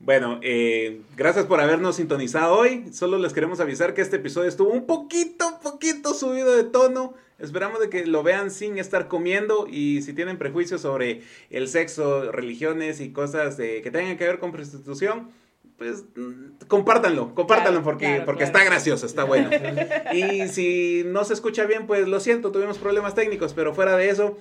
Bueno, eh, gracias por habernos sintonizado hoy. Solo les queremos avisar que este episodio estuvo un poquito, poquito subido de tono. Esperamos de que lo vean sin estar comiendo y si tienen prejuicios sobre el sexo, religiones y cosas de- que tengan que ver con prostitución, pues mm, compártanlo, compártanlo Claro, porque, claro, porque claro. está gracioso, está bueno. Y si no se escucha bien, pues lo siento, tuvimos problemas técnicos, pero fuera de eso,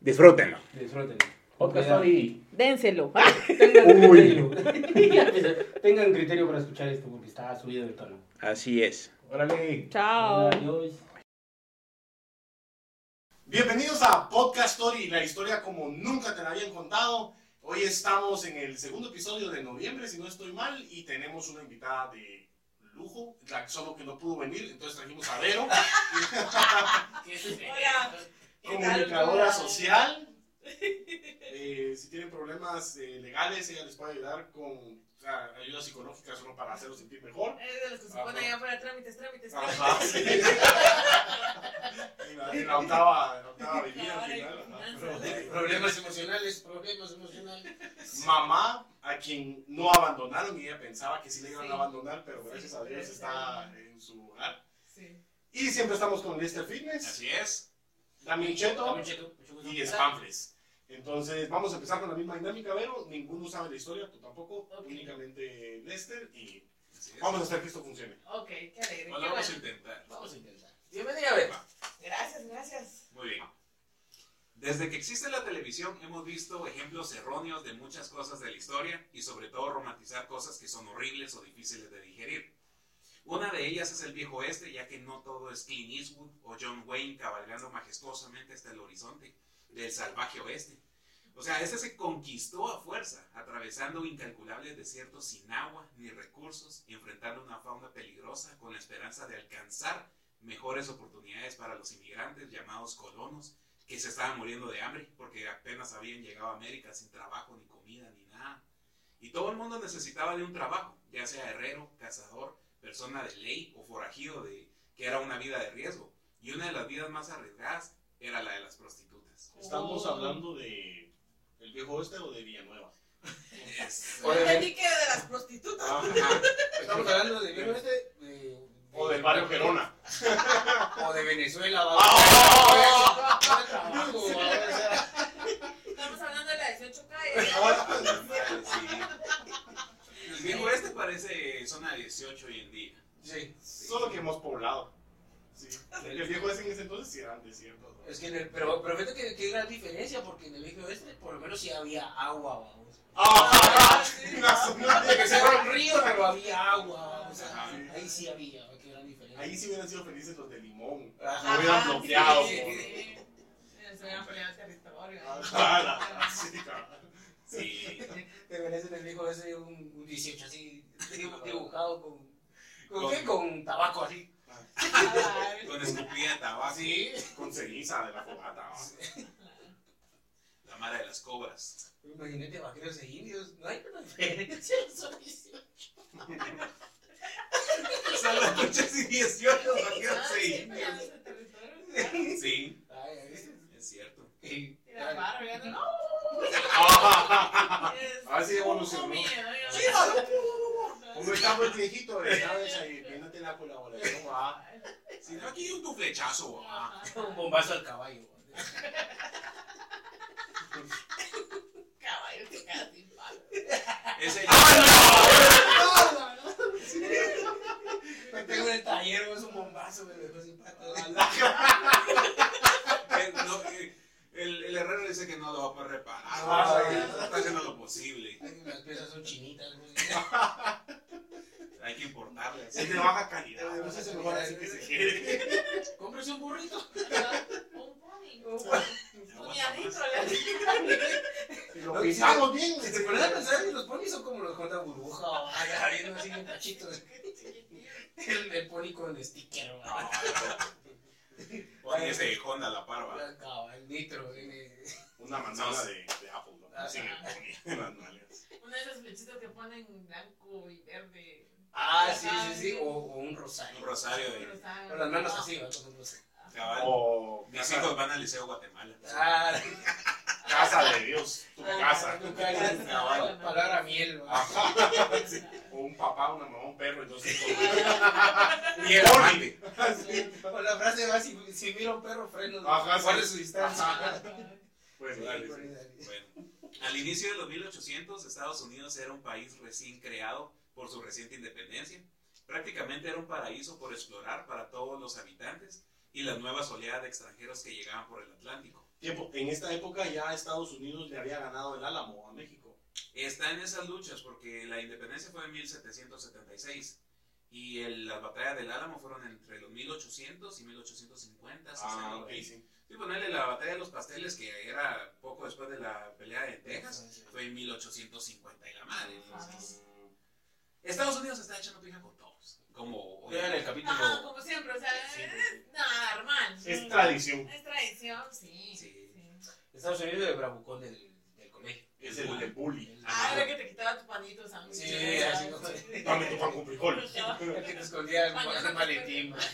disfrútenlo. Disfruten. Podcast Vean. Story. Dénselo. Tengan Uy. criterio. Tengan criterio para escuchar esto porque está subido de tono. Así es. Órale. Ah. Chao. Adiós. Bienvenidos a Podcast Story, la historia como nunca te la habían contado. Hoy estamos en el segundo episodio de noviembre, si no estoy mal, y tenemos una invitada de lujo, la- solo que no pudo venir, entonces trajimos a Vero, Hola. ¿Qué tal? comunicadora Hola. social. Eh, si tienen problemas eh, legales, ella les puede ayudar con o sea, ayuda psicológica solo para hacerlos sentir mejor. Es de los que se ponen allá para trámites, Ah. trámites. Ajá, sí. En la, en la octava, en la octava avenida, al final, ajá. Pro- Problemas emocionales, problemas emocionales. Mamá, a quien no abandonaron y ella pensaba que sí le iban Sí. a abandonar, pero gracias Sí, a Dios gracias. está en su hogar. Sí. Y siempre estamos con Lester Fitness, Así es. Dami Cheto También Cheto, mucho gusto. y Spamfles. Entonces vamos a empezar con la misma dinámica, pero ninguno sabe la historia, tú tampoco, Ok. únicamente Lester y Así es. vamos a hacer que esto funcione. Ok, qué alegre. Bueno, qué vamos a bueno. intentar. Vamos a intentar. Bienvenida, Beba. Gracias, gracias. Muy bien. Desde que existe la televisión hemos visto ejemplos erróneos de muchas cosas de la historia y sobre todo romantizar cosas que son horribles o difíciles de digerir. Una de ellas es el viejo oeste, ya que no todo es Clint Eastwood o John Wayne cabalgando majestuosamente hasta el horizonte del salvaje oeste. O sea, este se conquistó a fuerza, atravesando incalculables desiertos sin agua ni recursos, enfrentando una fauna peligrosa con la esperanza de alcanzar mejores oportunidades para los inmigrantes llamados colonos que se estaban muriendo de hambre porque apenas habían llegado a América sin trabajo, ni comida, ni nada. Y todo el mundo necesitaba de un trabajo, ya sea herrero, cazador, persona de ley o forajido, de, que era una vida de riesgo. Y una de las vidas más arriesgadas era la de las prostitutas. ¿Estamos Oh. hablando de el viejo oeste o de Villanueva? Es- Yo Obviamente. entendí que de las prostitutas. Ajá. Estamos hablando de viejo este. eh, O del barrio Gerona. O de Venezuela. va. Ah, Ahora trabajo, ahora, o sea, Estamos hablando de la 18 calles. Sí. El viejo este parece zona 18 hoy en día. Sí. Solo que hemos poblado. Sí. El viejo oeste en ese entonces sí eran desiertos. ¿no? Es que en el- pero, pero fíjate que, que gran diferencia, porque en el viejo oeste por lo menos sí había agua, vamos. Ah, sí. la zona de- Que sea un río, pero había agua, o sea, Sí. ahí sí había, qué gran diferencia. Ahí sí hubieran sido felices los de Limón. Ajá. Me hubieran bloqueado. Sí, por- sí. Se hubieran peleado territorio. Ajá, Ah, la- sí, cabrón. Sí. De Venecia en el viejo ese un, un 18 así, dibu- dibujado con... ¿Con qué? Con tabaco así. Ah, Con escupida de tabaco. Así. Con ceniza de la fogata. ¿no? La mara de las cobras. Imagínate vaqueros e indios, no hay una diferencia. son 18. Solo escuchas y 18 Ah, sí, sí. peleados en territorio. Sí, Ay, a veces. es cierto. eh, Y la barra, ya no. Es A ver si evolucionó. un comido, ya. Hombre, estamos el viejito, eh, ¿sabes? Ahí, viéndote la colaboración. ah. Si no, aquí un tu flechazo. ah. Ajá. Un bombazo al caballo. Caballo que queda sin palo. Ese Me tengo en el taller, es un bombazo, me dejó sin pato. eh, no, eh, el, el herrero dice que no lo va a poder reparar. Ah, o sea, sí. está haciendo lo posible. Las piezas son chinitas. güey. Hay que importarle. así. Es de baja calidad. No sé si mejor así que se quede. Cómprese un burrito. Un pony. Un Un pony adentro, le hacen. Si lo pisamos bien. Si te pones a pensar que los ponis son como los Honda Burbuja o vaya, viendo así en cachitos. El, el pony con sticker, güey. No, no. Oye, ese de Honda la parva. Ah, cabal, nitro, eh. Una manzana de, de Apple, ¿no? Ah, Sin el pony en las nalgas. Una de esas flechitas que ponen blanco y verde. Ah, sí, sí, sí. O, o un Un rosario. rosario Pero de está- Con las manos así, va, con un rosario. cabal. O Mis hijos van al Liceo Guatemala. Ah, Casa de Dios, tu casa. Tu casa, Cabal. Palabra miel. ¿no? Ajá, sí. O un papá, una mamá, un perro, entonces. Y el amante. Sí. O la frase va, si, si mira un perro, freno. Ajá, Guarde sí. su distancia. Ah, Ajá. Pues, Bueno, dale, pues, sí. Bueno, al inicio de los 1800, Estados Unidos era un país recién creado por su reciente independencia. Prácticamente era un paraíso por explorar para todos los habitantes y las nuevas oleadas de extranjeros que llegaban por el Atlántico. Tiempo. En esta época ya Estados Unidos le había ganado el Álamo a México. Está en esas luchas porque la independencia fue en 1776 y el- las batallas del Álamo fueron entre los 1800 y 1850. 60 por ahí. Ah, sí. Ah, Sí, ponele la batalla de los pasteles que era poco después de la pelea de Texas. Fue en 1850 y la madre. entonces. Estados Unidos está echando pija con todos. Como Vean el Ajá, capítulo. Ah, como siempre, o sea, Sí. es- nada, hermano. Es tradición. Es tradición, sí. Sí. sí. Estados Unidos de bravucón del, del colegio. Es el de bully. Ah, era que te quitaba tu panito, Sam. Sí, así como- Dame tu pan con frijoles. El que te escondía el Mañana el maletín. Mañana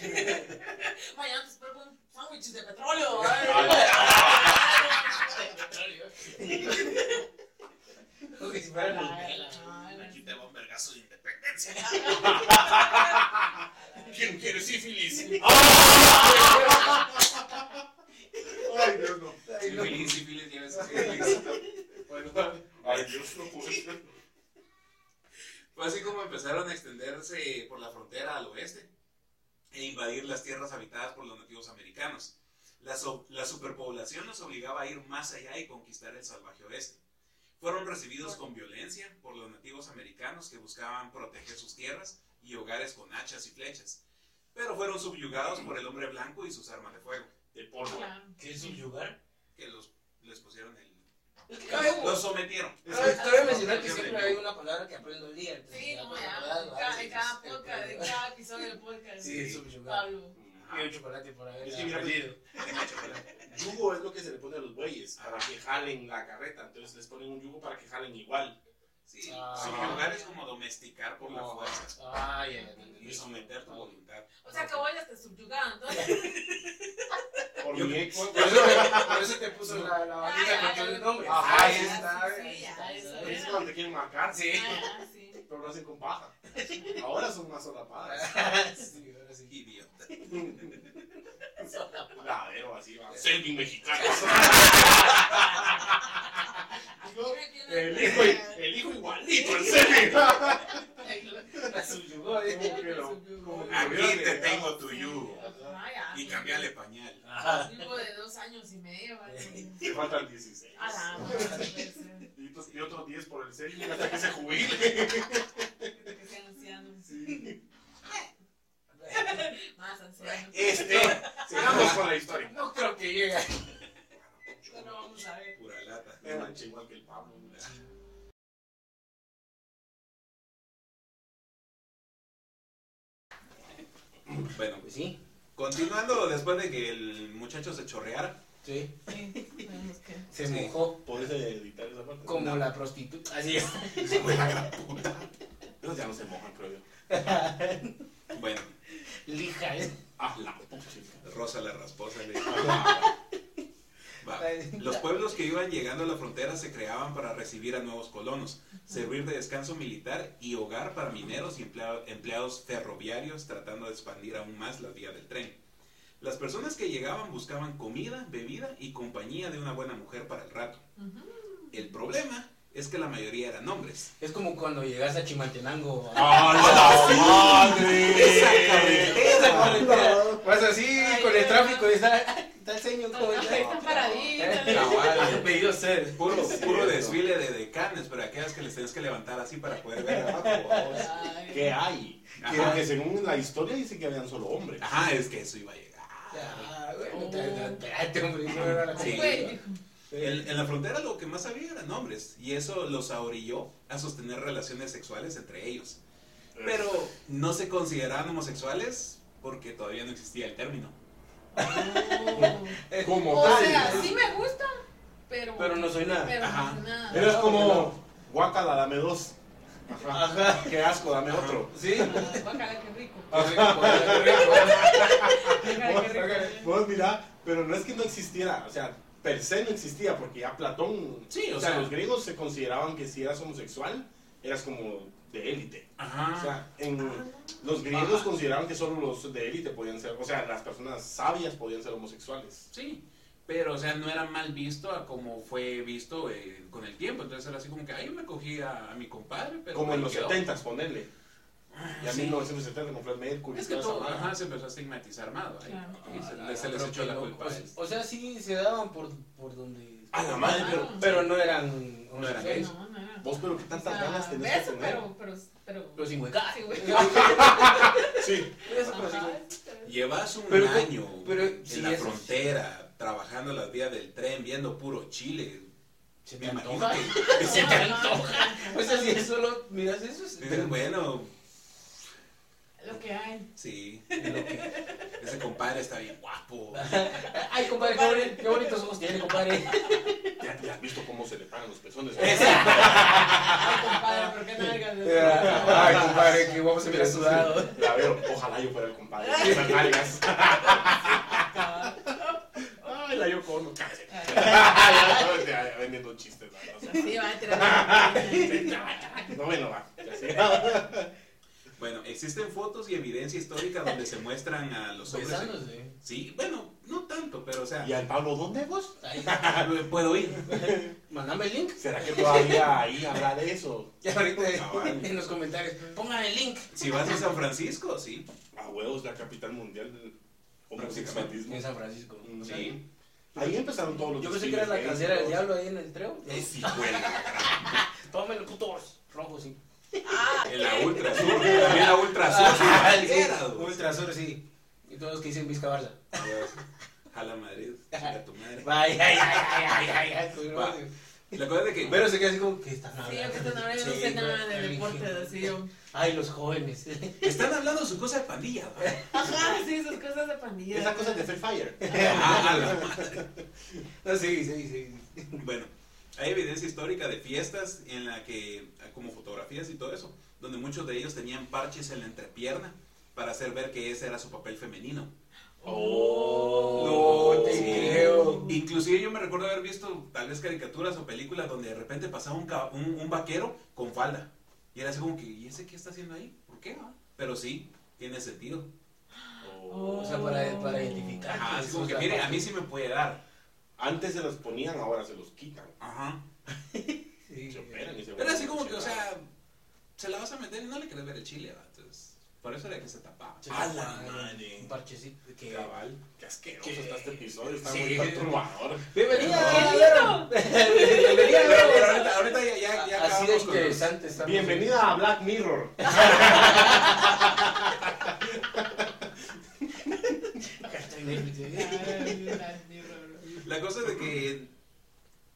te espero con sándwiches de petróleo. ay. Como que si fuera Nutella. Aquí te va un vergazo de independencia. ¿Quién quiere sífilis? Ay, Dios, no. Ay, no. Feliz, sí, feliz, ya ves, feliz. Bueno, Ay, Dios, no puede ser. Fue así como empezaron a extenderse por la frontera al oeste e invadir las tierras habitadas por los nativos americanos. La, so- la superpoblación los obligaba a ir más allá y conquistar el salvaje oeste. Fueron recibidos con violencia por los nativos americanos que buscaban proteger sus tierras y hogares con hachas y flechas, pero fueron subyugados por el hombre blanco y sus armas de fuego, De polvo. Claro. ¿Qué es un lugar? que los, les pusieron el... Es que cabe Los sometieron. Cabe cabe mencionar que siempre hay una palabra que aprendo el día. entonces Sí, ya no, con la ya. palabra En lo cada, haces, en cada este, podcast, en cada episodio del podcast. Sí, es subyugar. Pablo. Y un chocolate por ahí. Es que mira, aprendido. Yugo es lo que se le pone a los bueyes para que jalen la carreta. Entonces les ponen un yugo para que jalen igual. Sí, Ah. subyugar es como domesticar por la Como- fuerza. Ay, ay, ay, y someter tu voluntad. O sea, caballas te subyugaban, entonces. Por Yo- mi ex. Por eso, por eso te puso la, la Ay, bandita ay, con todo el nombre. Ajá, Ahí sí, está, sí, ahí ya, está, ahí eso está. Es cuando te quieren marcar, sí. Ah, sí. Pero lo hacen con paja. Ahora son más solapadas. Sí, ahora sí. Idiota. Ladero así va. Selvi mexicano. Mira quién es. El hijo, el hijo igualito, el selfie. La subyugó, ¿eh? Como que lo- Subyugó. como- Aquí te tengo tu yugo. Ah, ya, Y sí. cambiale pañal. Ajá. Vivo de dos años y medio. ¿vale? Te faltan 16. A la madre, Y, pues, y otros 10 por el selfie hasta que se jubile. que sean ancianos. Sí. Más ancianos. Este, sigamos con la historia. No creo que llegue. Bueno, vamos a ver. Pura lata. Me manché igual que el Pablo. Bueno, Pues sí. continuando después de que el muchacho se chorreara. Sí. Sí, tenemos que. Se mojó. ¿Podés editar esa parte? Como No. la prostituta. Así es. Hijo de la gran puta. Esos ya no se mojan, creo yo. Bueno, Lija, ¿eh? Ah, la puta. Rosa la rasposa le Ah, Va. Los pueblos que iban llegando a la frontera se creaban para recibir a nuevos colonos, servir de descanso militar y hogar para mineros y emplea- empleados ferroviarios tratando de expandir aún más la vía del tren. Las personas que llegaban buscaban comida, bebida y compañía de una buena mujer para el rato. Ujú. El problema es que la mayoría eran hombres. Es como cuando llegas a Chimaltenango. ¡A Ah, la Esa madre! Esa carretera. Vas así, Ay, con el no. tráfico. y Está, está el señor como Ahí está. están paraditas. Cabal. Me dio sed. Puro, Sí, puro cierto. desfile de decanes, pero aquellas que les tienes que levantar así para poder ver abajo. vamos. Ay. ¿Qué hay? Que- Ajá. Que según la historia dicen que habían solo hombres. Ajá, es que eso iba a llegar. Ya, Ah, bueno, te- te- espérate, hombre. no era la Sí. Güey, dijo, En, en la frontera lo que más había eran hombres, y eso los ahorilló a sostener relaciones sexuales entre ellos. Pero no se consideraban homosexuales porque todavía no existía el término. "Oh". como O tal. sea, sí me gusta, pero. Pero no soy nada. pero no Ajá. soy nada. Pero es No. como, guácala, dame dos. Ajá. Ajá. Qué asco, dame Ajá. otro. Sí. Ah, guácala, qué rico. Ajá. Guácala, qué rico. Pues mira, pero no es que no existiera, o sea, per se no existía, porque ya Platón, Sí, o sea, los griegos se consideraban que si eras homosexual, eras como de élite. O Ajá. sea, en, los griegos consideraban que solo los de élite podían ser, o sea, las personas sabias podían ser homosexuales. Sí. Pero, o sea, no era mal visto a como fue visto eh, con el tiempo. Entonces era así como que, ay, yo me cogí a, a mi compadre, pero. Como ahí en los quedó. Ah, 70s, ponerle. Y a Sí. 1970 con Fred Mercury. Es que toda esa todo, mara. ajá, se empezó a estigmatizar armado. ahí. Claro. Y se, Ah, se les pero echó qué la loco. culpa a ellos. O sea, sí se daban por, por donde. A la madre, pero Ah. Pero no eran. No eran homosexuales. gays. No, no. vos, pero qué tantas Ah, ganas tenés beso, que tener. pero, pero, pero. Pero sin hueca. Sí, güey. Sí, Eso, pero sin Ajá, hueca. pero- Llevas un Pero- año pero en si la eso- frontera, trabajando las vías del tren, viendo puro Chile. Se Me te imagino antoja. que Se te antoja. O sea, si es solo. Miras eso. es- dices, bueno, Lo que hay. sí, es lo que- ese compadre está bien guapo. Ay, compadre, qué boni- qué bonitos ojos tiene, compadre. ya, ya has visto cómo se le pagan los pezones. Ay, compadre, ¿por qué nalgas? Ay, compadre, qué guapo se mira sudado. La veo, ojalá yo fuera el compadre. Esas nalgas. Ay, la yo con cállate. Ya, ya, ya, Vendiendo chistes. ¿no? Sí, va a tirar. No me lo va. Ya sé. Bueno, existen fotos y evidencia histórica donde se muestran a los hombres. Besándose. ¿eh? Sí, bueno, no tanto, pero o sea, ¿Y al Pablo dónde vos? Ay, puedo ir. Mandame el link. ¿Será que todavía ahí habrá de eso? Ya ahorita Cabal. en los comentarios. Pongan el link. Si vas a San Francisco, sí. A huevos, la capital mundial del homosexualismo. En San Francisco. Mm, Sí. Ahí empezaron todos los Yo pensé que era la desfiles ¿eh? casera del gays, todos. diablo ahí en el treo. Es igual. Tómelo, putos. Rojo, sí. En la Ultra Sur. También la Ultra Sur. Ah, sí, cualquiera, sí. güey. Ultrasur, sí. Y todos que dicen Vizca Barça. Dios. Jala Madrid. Chinga tu madre. Ay, ay, ay, ay, ay, ay, ay. Va. La cosa es de que. Pero se queda así como que están Sí, yo hablando. que te no Sí, sé nada de religión. deporte, así yo. Ay, los jóvenes. Están hablando su cosa de pandilla, ¿verdad? Ajá, sí, esas cosas de pandilla. Esa cosa de Free Fire. Ah, a la madre. No, sí, sí, sí. Bueno, hay evidencia histórica de fiestas en la que, como fotografías y todo eso, donde muchos de ellos tenían parches en la entrepierna para hacer ver que ese era su papel femenino. Oh, no te creo. Inclusive yo me recuerdo haber visto tal vez caricaturas o películas donde de repente pasaba un, ca- un, un vaquero con falda. Y era así como que, ¿y ese qué está haciendo ahí? ¿Por qué? va?" Pero sí, tiene sentido. Oh. O sea, para, para identificar. Ajá, Ah, así es como que, mire, a mí sí me puede dar. Antes se los ponían, ahora se los quitan. Ajá. Sí. Se operan y se Pero vuelven así como que, o cheladas. sea, se la vas a meter y no le querés ver el chile, va. Entonces, por eso era que se tapaba. Sí. A la madre. Un parchecito. Que... Cabal, qué asqueroso ¿Qué? está este episodio, está Sí. muy perturbador. Bienvenida, No. Vero. Bienvenida, Pero Vero. ahorita, ahorita ya, ya, ya Así de acabamos con los- interesante estamos. Bienvenida a Black Mirror. La cosa es de que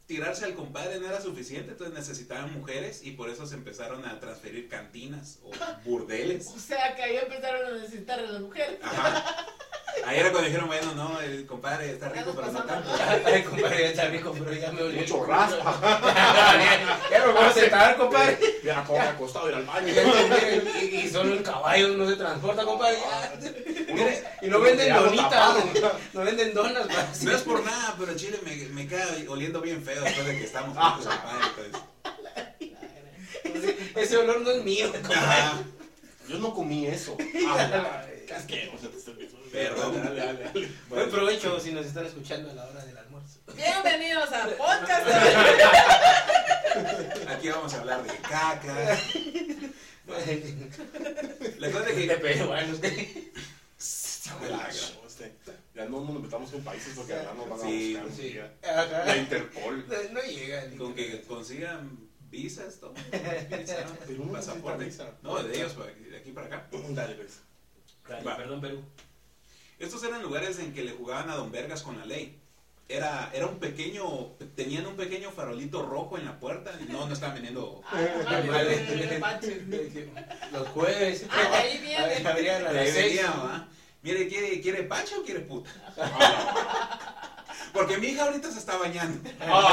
tirarse al compadre no era suficiente, entonces necesitaban mujeres y por eso se empezaron a transferir cantinas o burdeles. O sea, que ahí empezaron a necesitar a las mujeres. Ajá. Ahí era cuando dijeron, bueno, no, el compadre está rico, pero no tanto. Ay, compadre, ya está rico, pero ya me olvidé. Mucho raspa. ya me voy a sentar, compadre. Mira cómo me ha costado ir al baño. Y, y solo el caballo no se transporta, ah, compadre. ya. Mire, Y no venden algo donitas, tapado. no venden donas. para- No es por nada, pero Chile me, me cae oliendo bien feo después de que estamos Ah. con tu compadre. entonces. Ese- Ese olor no es mío, compadre. Ajá. Yo no comí eso. Ah, qué asqueroso este episodio. Perdón. Dale, dale, dale. Buen provecho si nos están escuchando a la hora del almuerzo. Bienvenidos a Podcast. Aquí vamos a hablar de caca. La cosa es De que... peruanos. Dale, dale, este. Ya no nos metamos con países porque ahora nos van a Sí, buscar. Sí. ya. Ajá. La Interpol. No llega. ni- Con que consigan visas, todo. Perú no necesita Pasaporte. visa. No, de ellos, para- de aquí para acá. Dale, pues. Dale, Va. Perdón, Perú. Estos eran lugares en que le jugaban a Don Vergas con la ley. Era, era un pequeño, tenían un pequeño farolito rojo en la puerta. No, no estaban vendiendo. Ah, no, Vale. eh, paches. Los jueves. Ah, de ahí viene. Abrían a La las seis. venía, ¿va? Mire, ¿quiere, ¿quiere pacha o quiere puta? Ah, Porque mi hija ahorita se está bañando.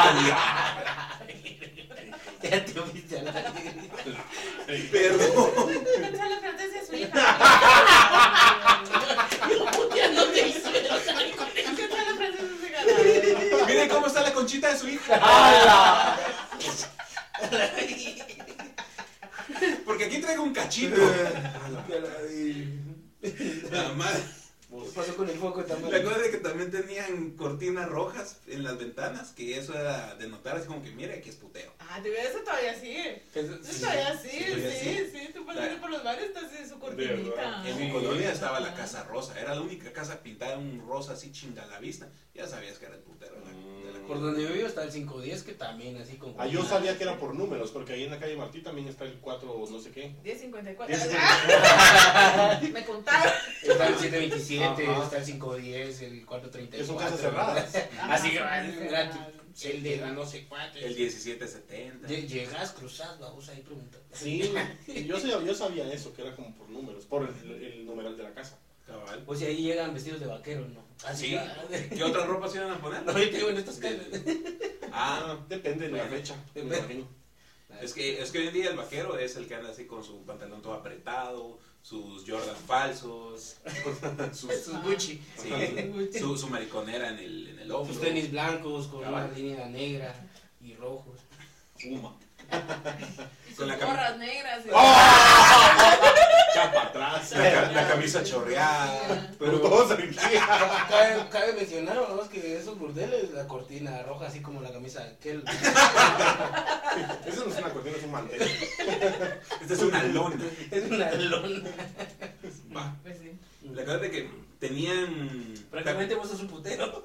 Ya te fuiste a la- Perdón. Pensá la fantasía de su hija. Pensá Ya no te hice. la fantasía de su hija. Mire cómo está Ya la vi. La madre. ¿Qué pasó con el foco La también? cosa es que también tenían cortinas rojas en las ventanas, que eso era denotar así como que, mira, aquí es puteo. Ah, de verdad, eso todavía sigue. Eso todavía sigue, todavía sí, sigue. sí. Tú pasaste Claro. por los bares, estás en su cortinita. En mi colonia estaba la casa rosa, era la única casa pintada en un rosa así chinga la vista. Ya sabías que era el putero de la, de Mm. la Por donde yo vivo está el 510, que también así con. Ah, yo sabía que era por números, porque ahí en la calle Martí también está el 4 no sé qué. 10.54. Ese- Ah, me contaron. Está el 727, Ajá. está el 510, el 434. Son casas cerradas. Ah, Así que sí, sí, era sí. tu- el de la no sé cuánto. El 1770. Lle- Llegas, cruzas, vamos ahí preguntando. Sí, y yo sabía, yo sabía eso, que era como por números, por el, el numeral de la casa. Cabal. O sea, ahí llegan vestidos de vaquero, ¿no? Sí. ¿Qué otras ropas iban a poner? Ahorita digo, en estas casas. Ah, Ah, depende de la fecha. me Depende. imagino. es que, es que hoy en día el vaquero es el que anda así con su pantalón todo apretado, sus Jordan falsos, Sus Gucci. sí, su, su mariconera en el, en el hombro. Sus tenis blancos con una Cabal. línea negra y rojos. Fuma. Y sus Con la cam- gorras negras. y- Chapa atrás. La, ca- la camisa chorreada. Pero todos aquí. Ah, Cabe, cabe mencionar, vamos, que esos burdeles, la cortina roja, así como la camisa de aquel. Eso no es una cortina, es un mantel. Esta es una lona. Es una lona. Va. Pues sí. La cosa es de que tenían. Prácticamente vos sos un putero.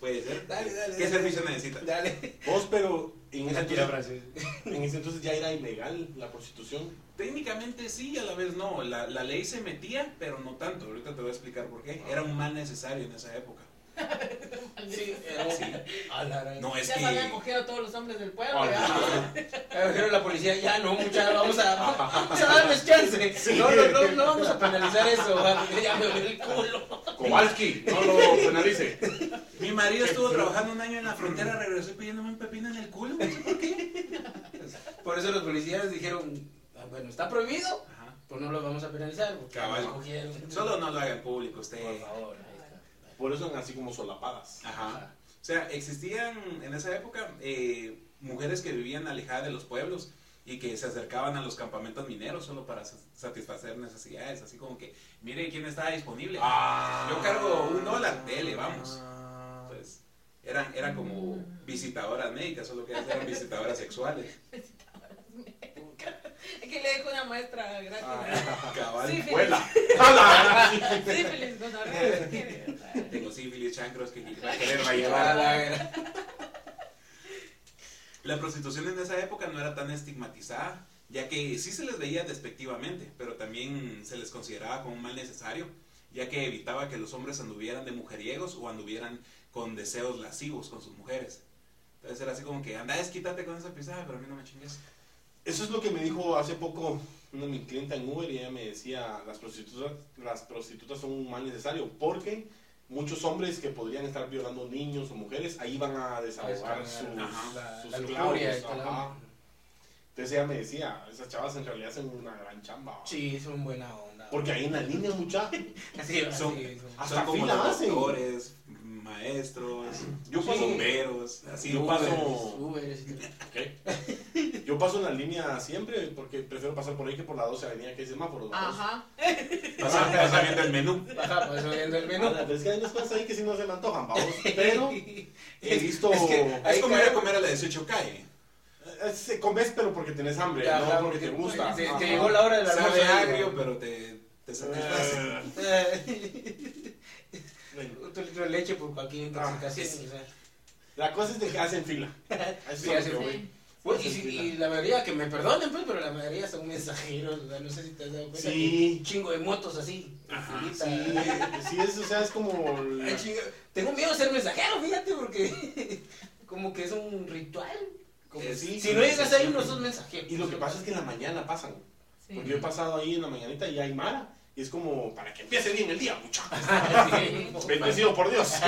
Puede ser. Dale, dale, ¿Qué dale. servicio necesita? Dale. Vos, pero en ese, entonces, francés. en ese entonces ya era ilegal la prostitución. Técnicamente sí, a la vez no. La, la ley se metía, pero no tanto. Ahorita te voy a explicar por qué. Era un mal necesario en esa época. Sí, era Sí. eh, A la gran- No es Ya se habían que. cogido a todos los hombres del pueblo. Ahora, ya. Pero dijeron la policía, ya no, muchachos, vamos a, vamos a darles chance. No, no, no, no vamos a penalizar eso. porque Ya me duele el culo. Kowalski, no lo penalice. pues. Mi marido estuvo trabajando un año en la frontera, regresó pidiéndome un pepino en el culo. No sé por qué. Por eso los policías dijeron, "Ah, bueno, está prohibido, Ajá. pues no lo vamos a penalizar. porque Cabal. nos cogieron". Solo no lo hagan público usted. Por favor, ahí está. Por eso eran así como solapadas. Ajá. O sea, existían en esa época eh, mujeres que vivían alejadas de los pueblos y que se acercaban a los campamentos mineros solo para sa- satisfacer necesidades, así como que, mire quién está disponible. Ah. Ah. Yo cargo un dólar, tele, vamos. Entonces, eran, eran como visitadoras médicas, solo que ellas eran visitadoras sexuales. Aquí le dejo una muestra Ah, gratis. Cabal. Sí, feliz. Vuela. ¡Hala! Sí, feliz. No, no, no. Tengo sífilis, chancros, que va a querer va a A llevar. la gran- La prostitución en esa época no era tan estigmatizada, ya que sí se les veía despectivamente, pero también se les consideraba como un mal necesario, ya que evitaba que los hombres anduvieran de mujeriegos o anduvieran con deseos lascivos con sus mujeres. Entonces era así como que, anda, desquítate con esa pisada, pero a mí no me chingues. Eso es lo que me dijo hace poco una de mis clientas en Uber y ella me decía, las prostitutas, las prostitutas son un mal necesario porque muchos hombres que podrían estar violando niños o mujeres, ahí van a desahogar sus, Ajá. la- sus la clavos, lujuria y todo. ajá. Entonces ella me decía, esas chavas en realidad hacen una gran chamba. Sí, son buena onda. Porque ahí ah, en la línea, mucha. Sí, sí, Son- son- Hasta Son como fila los hacen. doctores, maestros, Yo Sí. paso, bomberos, así. Yo paso- Uberes y todo. ¿Qué? yo paso en la línea siempre porque prefiero pasar por ahí que por la 12 avenida que hay semáforos. ¿verdad? Ajá. Pasa- pasa viendo el menú. Ajá, pues subiendo el menú. Ahora, pero es que hay unas cosas ahí que sí no se me antojan, vamos. Pero he visto... Es que- Es Ahí como ir a cae- comer a la 18 calle. Se Eh, comes pero porque tenés hambre, Ajá, no porque te gusta. Te, Ajá. te llegó la hora del almuerzo. Sabe agrio, pero te, te satisface. Eh, bueno, Otro litro de leche por cualquier intoxicación. Ah, sí. o sea. La cosa es de que hacen fila. Eso es Sí, a lo hacen que voy. Sí. Pues, y, si- y la mayoría, que me perdonen, pues, pero la mayoría son mensajeros. o sea, no sé si te has dado cuenta. Sí. que un chingo de motos así. infinita. Sí, sí, es, o sea, es como... Ay, chinga, Tengo miedo de ser mensajero, fíjate, porque como que es un ritual. como Es- sí, Si no llegas ahí, no sos mensajero. Y lo que pasa es que en la mañana pasan. Sí. Porque yo he pasado ahí en la mañanita y hay Mara. Y es como, para que empiece bien el día, muchachos. Sí. Bendecido por Dios. Sí.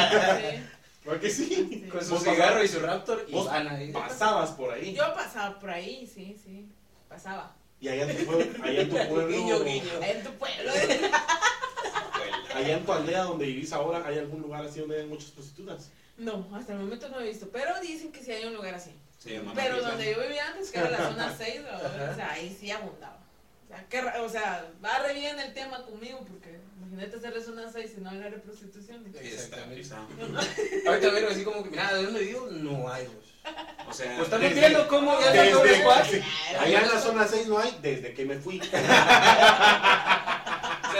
Porque sí. Con su Vos pasabas- cigarro y su raptor y vos van ahí. Pasabas por ahí. Yo pasaba por ahí, sí, sí. Pasaba. Y allá en tu pueblo, allá en tu pueblo, Guiño, guiño. En tu pueblo. allá en tu aldea donde vivís ahora, ¿hay algún lugar así donde hay muchas prostitutas? No, hasta el momento no he visto. Pero dicen que sí hay un lugar así. Se llama Pero Mazatlán. donde yo vivía antes, que era la zona 6, o sea, ahí sí abundaba. sea, qué ra- o sea, va re bien el tema conmigo porque imagínate hacerles una 6 y no hablar de prostitución. Exactamente. Está. Ahorita vieron así como que, mira, ¿de dónde vivo? No hay dos. Ah, O sea, Pues estamos Desde- viendo cómo ya desde- está todo el cuadro. Allá en la zona 6 no hay desde que me fui. o sea,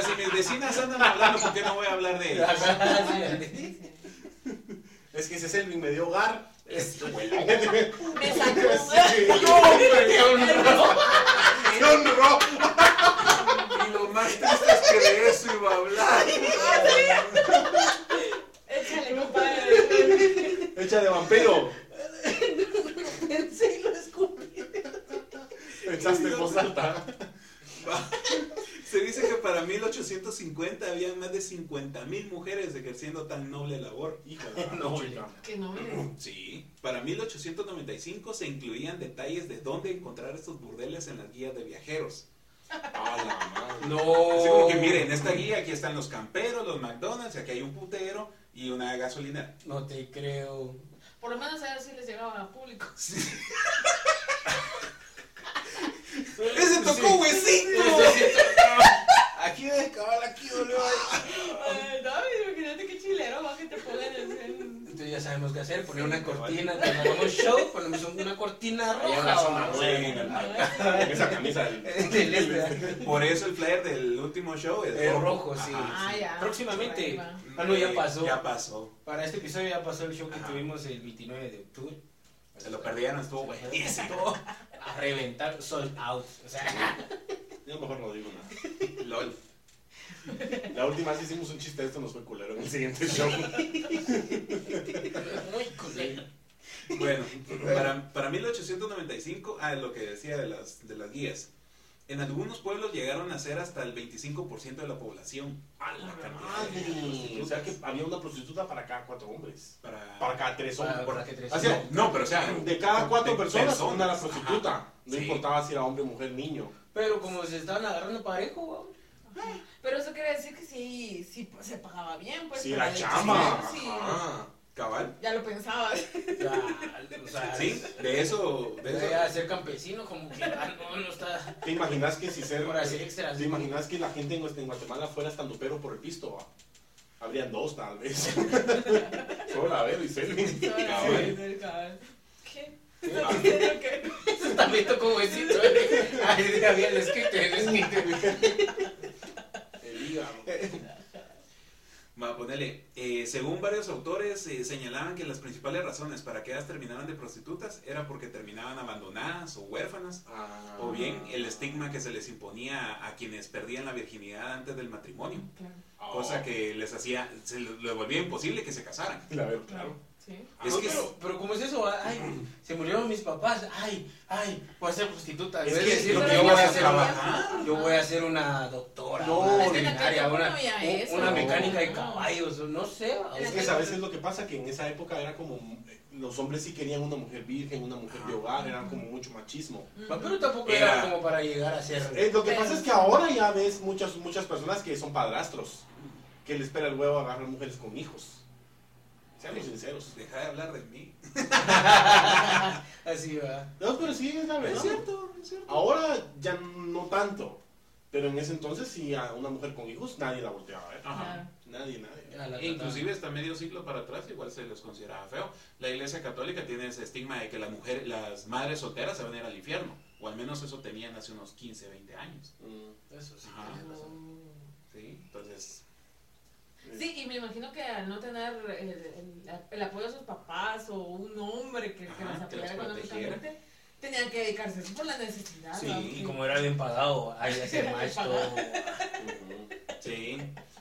si mis vecinas andan hablando, ¿por qué no voy a hablar de ellas? Sí, Es que ese Selvin me dio hogar. Este, Es tu abuela. Me sacó. Sí. No, hombre, qué honrado. ¡Qué honró! Y lo más triste es que de eso iba a hablar. Échale, compadre. Hecha de vampiro. Pensé y lo escupí. Echaste en voz alta. Se dice que para 1850 había más de 50 mil mujeres ejerciendo tan noble labor. Híjole, no, chica. Que no me. Sí. Para 1895 se incluían detalles de dónde encontrar estos burdeles en las guías de viajeros. No. Así como que miren, esta guía aquí están los camperos, los McDonald's, aquí hay un putero y una gasolinera. No te creo. Por lo menos a ellos sí les llegaban a público. ¡Ese tocó huesito! Aquí de cabal, aquí dolió. Ay, No, pero imagínate qué chilero va que te pongan en- en. Entonces ya sabemos qué hacer, poner una cortina, cuando hagamos show, ponemos una cortina Allá en la zona roja. nueve, en el mar. Esa camisa del. Del este. Por eso el flyer del último show es Es rojo, sí. Ajá. Ah, Eh, ya. Próximamente. Ahí va. Ah, no, ya pasó. Ya pasó. Para este episodio ya pasó el show que Ajá. tuvimos el 29 de octubre. Se lo perdieron, estuvo Se buenísimo. estuvo A reventar sold out. O sea, Yo mejor no digo nada. LOL. La última vez hicimos un chiste de esto, nos fue culero en el siguiente show. muy culero. Bueno, para, para 1895, ah, lo que decía de las, de las guías. En algunos pueblos llegaron a ser hasta el 25% de la población. ¡A la madre! O sea que había una prostituta para cada cuatro hombres. Para, Para cada tres Para- hombres. para que tres Así, hombres. no, pero o sea, de cada cuatro de personas, una era ajá. prostituta. No Sí. importaba si era hombre, mujer, niño. Pero como se estaban agarrando parejo, weón. Pero eso quiere decir que sí, sí pues, se pagaba bien, pues. si para era el chilero, chama. sí. Ajá. Cabal. Ya lo pensaba. Ya, o sea, Sí, de eso. De eso. Debería ser campesino, como que ah, no, no está. ¿Te imaginas que si ser. Por así extras. ¿Te imaginas que la gente en en Guatemala fuera estandopero por el pisto? va? Habrían dos, tal vez. Solo a ver, y Selvin. ¿Qué? Ah. Cabal. ¿Qué? También tocó huesito. eh. Ay, sí, había el esquite, el esquite. El hígado. Va, ponele. eh, según varios autores, eh, señalaban que las principales razones para que ellas terminaran de prostitutas era porque terminaban abandonadas o huérfanas, Ah. o bien el estigma que se les imponía a, a quienes perdían la virginidad antes del matrimonio, Claro, Ah. cosa que les hacía, se lo- lo volvía imposible que se casaran. La veo, claro. claro. Sí. Ah, Es no, que pero, es- pero ¿cómo es eso? Ay, se murieron mis papás. Ay, ay, voy a ser prostituta. Es Es que decir, lo que que yo voy ellos a hacer trabajan. una, yo voy a ser una doctora, No, una es que en veterinaria, aquel una, tiempo no había un- eso. una mecánica de No. caballos, o no sé. o Es sea, que sabes es lo que pasa, que en esa época era como eh, los hombres sí querían una mujer virgen, una mujer de hogar, era como mucho machismo. Mm. pa- Pero tampoco era, Era- como para llegar a ser. Eh, lo que Pero- pasa es que ahora ya ves muchas muchas personas que son padrastros, que les espera el huevo a agarrar mujeres con hijos. Seamos sinceros. Deja de hablar de mí. Así va. No, pero sí es la verdad. cierto, es cierto. Ahora ya no tanto, pero en ese entonces sí a una mujer con hijos nadie la volteaba a ver. Ah. Ajá. Nadie, nadie. A la- E Inclusive hasta medio siglo para atrás igual se les consideraba feo. La iglesia católica tiene ese estigma de que las mujeres, las madres solteras se van a ir al infierno. O al menos eso tenían hace unos 15, 20 años. Mm, Eso sí. Ajá. tienes razón. ¿Sí? Entonces, Sí, y me imagino que al no tener el, el- el apoyo de sus papás o un hombre que, que Ajá, las que las apoyara protegiera. económicamente, tenían que dedicarse a eso por la necesidad. Sí, ¿no? Y como era bien pagado, ahí hacer Era bien más todo. pagado. ujú. sí.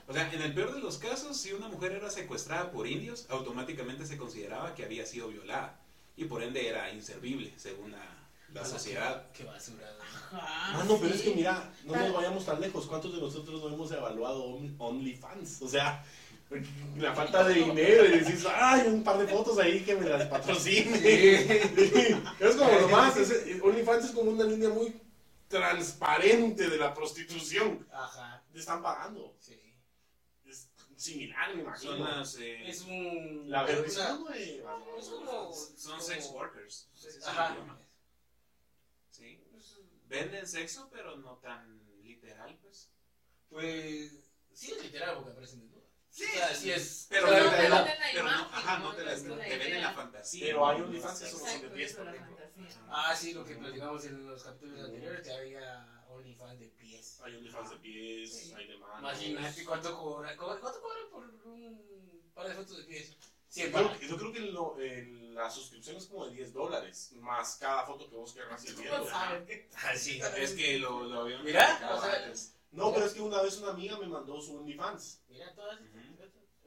O sea, en el peor de los casos, si una mujer era secuestrada por indios, automáticamente se consideraba que había sido violada. Y por ende era inservible, según la, la A la sociedad. que- Qué basura. ¿no? Ajá, Ah, no, pero sí. es que mira, no Tal- nos vayamos tan lejos. ¿Cuántos de nosotros no hemos evaluado on- OnlyFans? O sea, la falta de dinero y decís, ay, un par de fotos ahí que me las patrocine. es como lo más, es- eh, OnlyFans es como una línea muy transparente de la prostitución. Ajá. Te están pagando. Sí. Es similar, me imagino. Son las... eh, Es un. La es versión una- de- es como- son sex workers. Ese es el Ajá. idioma. Sí. Venden sexo, pero no tan literal, pues. Pues sí es literal porque aparecen desnudos. Sí, O sea, sí es. Pero, o sea, no, te pero, venden la pero no, imagen, ajá, no no te, te la, venden la te venden la idea. fantasía. Pero ¿no? hay OnlyFans que solo son de Exacto, pies, eso por la ejemplo. fantasía. Ah, sí, lo que platicamos en los capítulos anteriores, que había OnlyFans de pies. Hay OnlyFans de pies, Sí. hay de manos. Imagínate cuánto cobra, cu- cuánto cobra por un par de fotos de pies. Yo, Siempre. creo- yo creo que lo- el- la suscripción es como de 10 dólares, más cada foto que vos querrás ir viendo. Así. Es que lo, lo habían Mira, platicado o sea, antes. No, pero es que una vez una amiga me mandó su OnlyFans. Mira todas.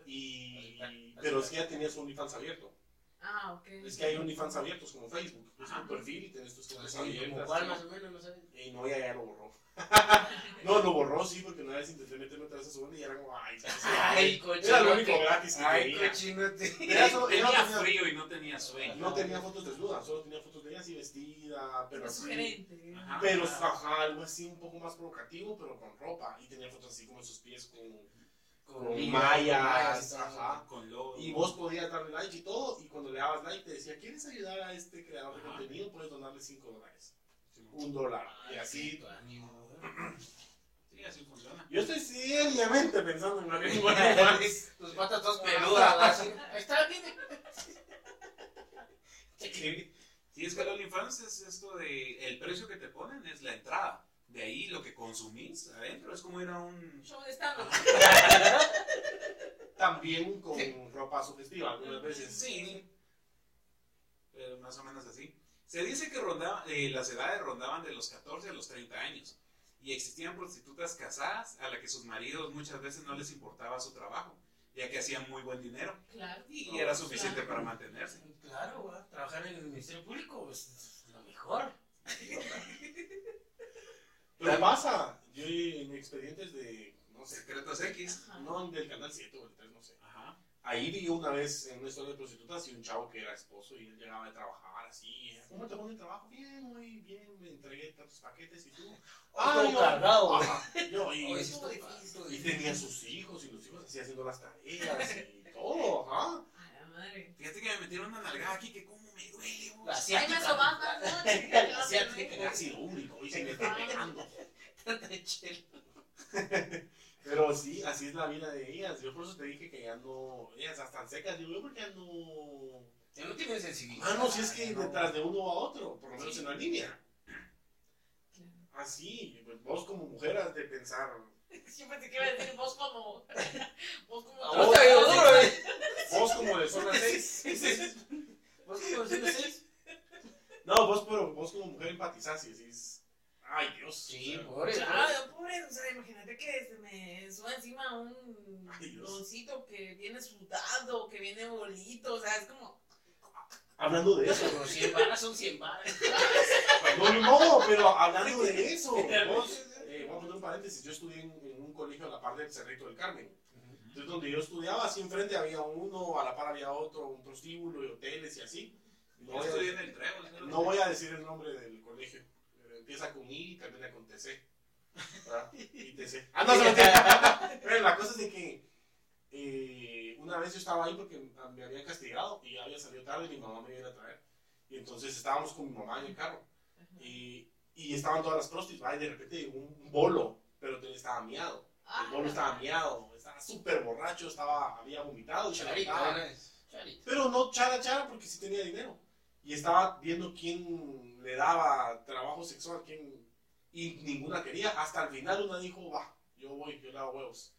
Y, pero es que ya tenía su OnlyFans abierto. Ah, ok. Es que hay OnlyFans abiertos como Facebook. Es tu perfil y tenés tus cosas Así, Ah. como abiertas. pues, cuál más o menos, no sabes. Y no, ya, ya lo borró. no, lo borró, sí, porque una vez intenté meterme otra vez a su onda y era como, ay, Ay, era lo único cochinote. gratis que Ay, tenía. cochinote. Era solo- era Tenía tenía- frío y no tenía sueño. No tenía fotos desnudas, solo tenía fotos de ella así vestida, pero Es así. sugerente. Ajá. Pero, ajá, algo así un poco más provocativo, pero con ropa. Y tenía fotos así como sus pies con, con mallas, ajá. Con lodo. Y vos podías darle like y todo, y cuando le dabas like te decía, ¿quieres ayudar a este creador de Ajá. contenido? Puedes donarle 5 dólares. Sí, Un dólar. Y Y así. ah. así. Sí, así funciona. Yo estoy seriamente pensando en la misma. Tus patas todas peludas. así. Ah, Está bien. eh, Sí, es que el OnlyFans es esto de. El precio que te ponen es la entrada. De ahí lo que consumís adentro es como ir a un. Show de stand-up. También con ropa sugestiva algunas veces. Sí. Pero más o menos así. Se dice que rondaba- eh, las edades rondaban de los 14 a los 30 años. Y existían prostitutas casadas a las que sus maridos muchas veces no les importaba su trabajo, ya que hacían muy buen dinero Claro. y era suficiente para mantenerse. Claro, va, trabajar en el Ministerio Público pues, es lo mejor. Pero pasa. Yo en expedientes de, no sé, Secretos X. Ajá. no del canal 7 o el 3, no sé. Ajá. Ahí vi una vez en una historia de prostitutas y un chavo que era esposo y él llegaba de trabajar así. y era, ¿Cómo te pone el trabajo? Bien, muy bien, me entregué tantos paquetes y tú. Ah, todo yo- cargado. Ajá, yo, y, Oye, estuvo y difícil. tenía sus hijos y los hijos así haciendo las tareas y todo, ajá. A la madre. Fíjate que me metieron una nalgada aquí que como me duele. vos. La Ahí me asiática. asomás más, ¿no? Sí, claro, Asiática. Tenía ácido úrico y se me está pegando. Tanta chela. Pero sí, así es la vida de ellas. Yo por eso te dije que ya no. Ellas ya están secas. Digo, yo porque ya no. Ya no tiene sensibilidad. Ah, no, si es que No. detrás de uno a otro, por lo menos Sí. en la línea. Claro. Así, pues, vos como mujer has de pensar. Yo pensé que iba a decir vos como. Vos como. A No, está bien duro, eh. Vos como de zona 6. ¿Vos cómo decís seis? No, vos, pero vos como mujer empatizás y decís. Ay, Dios. Sí, pues. o sea, pobre. Claro, pobre, o sea, imagínate que se me suba encima un Ay, Dios. doncito que viene sudado, que viene bolito, o sea, es como. Hablando de eso. pues, Pero 100 varas son 100 varas. No, no, pero hablando de eso. Vos, eh, voy a poner un paréntesis. Yo estudié en, en un colegio a la par del Cerrito del Carmen. Entonces, donde yo estudiaba, así enfrente había uno, a la par había otro, un prostíbulo y hoteles y así. No Yo voy a- estoy en el trébol. ¿no? No voy a decir el nombre del colegio. Eh, Empieza con I y termina con TC. ¿verdad? Y TC. Ah, no, se lo tiene. Pero la cosa es de que eh, una vez yo estaba ahí porque me habían castigado y ya había salido tarde y mi mamá me iba a ir a traer. Y entonces estábamos con mi mamá en el carro. Y, y estaban todas las prostis, ¿va? Y de repente llegó un un bolo, pero te- estaba miado. El ah. bolo estaba miado, estaba súper borracho, estaba, había vomitado y se Ah, levantaba. Charita, Charita. Pero no chara chara porque sí tenía dinero. Y estaba viendo quién le daba trabajo sexual, quién... Y ninguna quería. Hasta al final una dijo, va, yo voy, yo le hago huevos.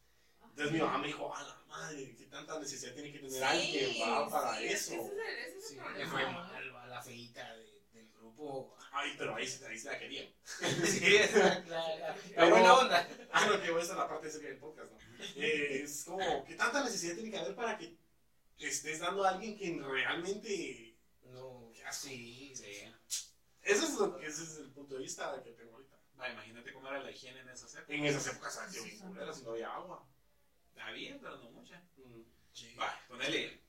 Entonces mi mamá me dijo, a la madre, qué tanta necesidad tiene que tener alguien va, para sí, es eso. que Ese es el, ese es el Sí, le fue problema. ¿no? mal va, la feita de- del grupo. Ay, pero ahí, se- ahí se la querían. Sí, la, la, Pero- buena onda. Ah, no, que esa es la parte seria del podcast, ¿no? Eh, es como, ¿qué tanta necesidad tiene que haber para que estés dando a alguien que realmente... No, sí, sí. Ese es, lo- ese es el punto de vista que tengo ahorita. Va, imagínate cómo era la higiene en esas épocas. En esas épocas había bien culeras y no había agua. Había, pero no mucha. Sí. Va, ponele.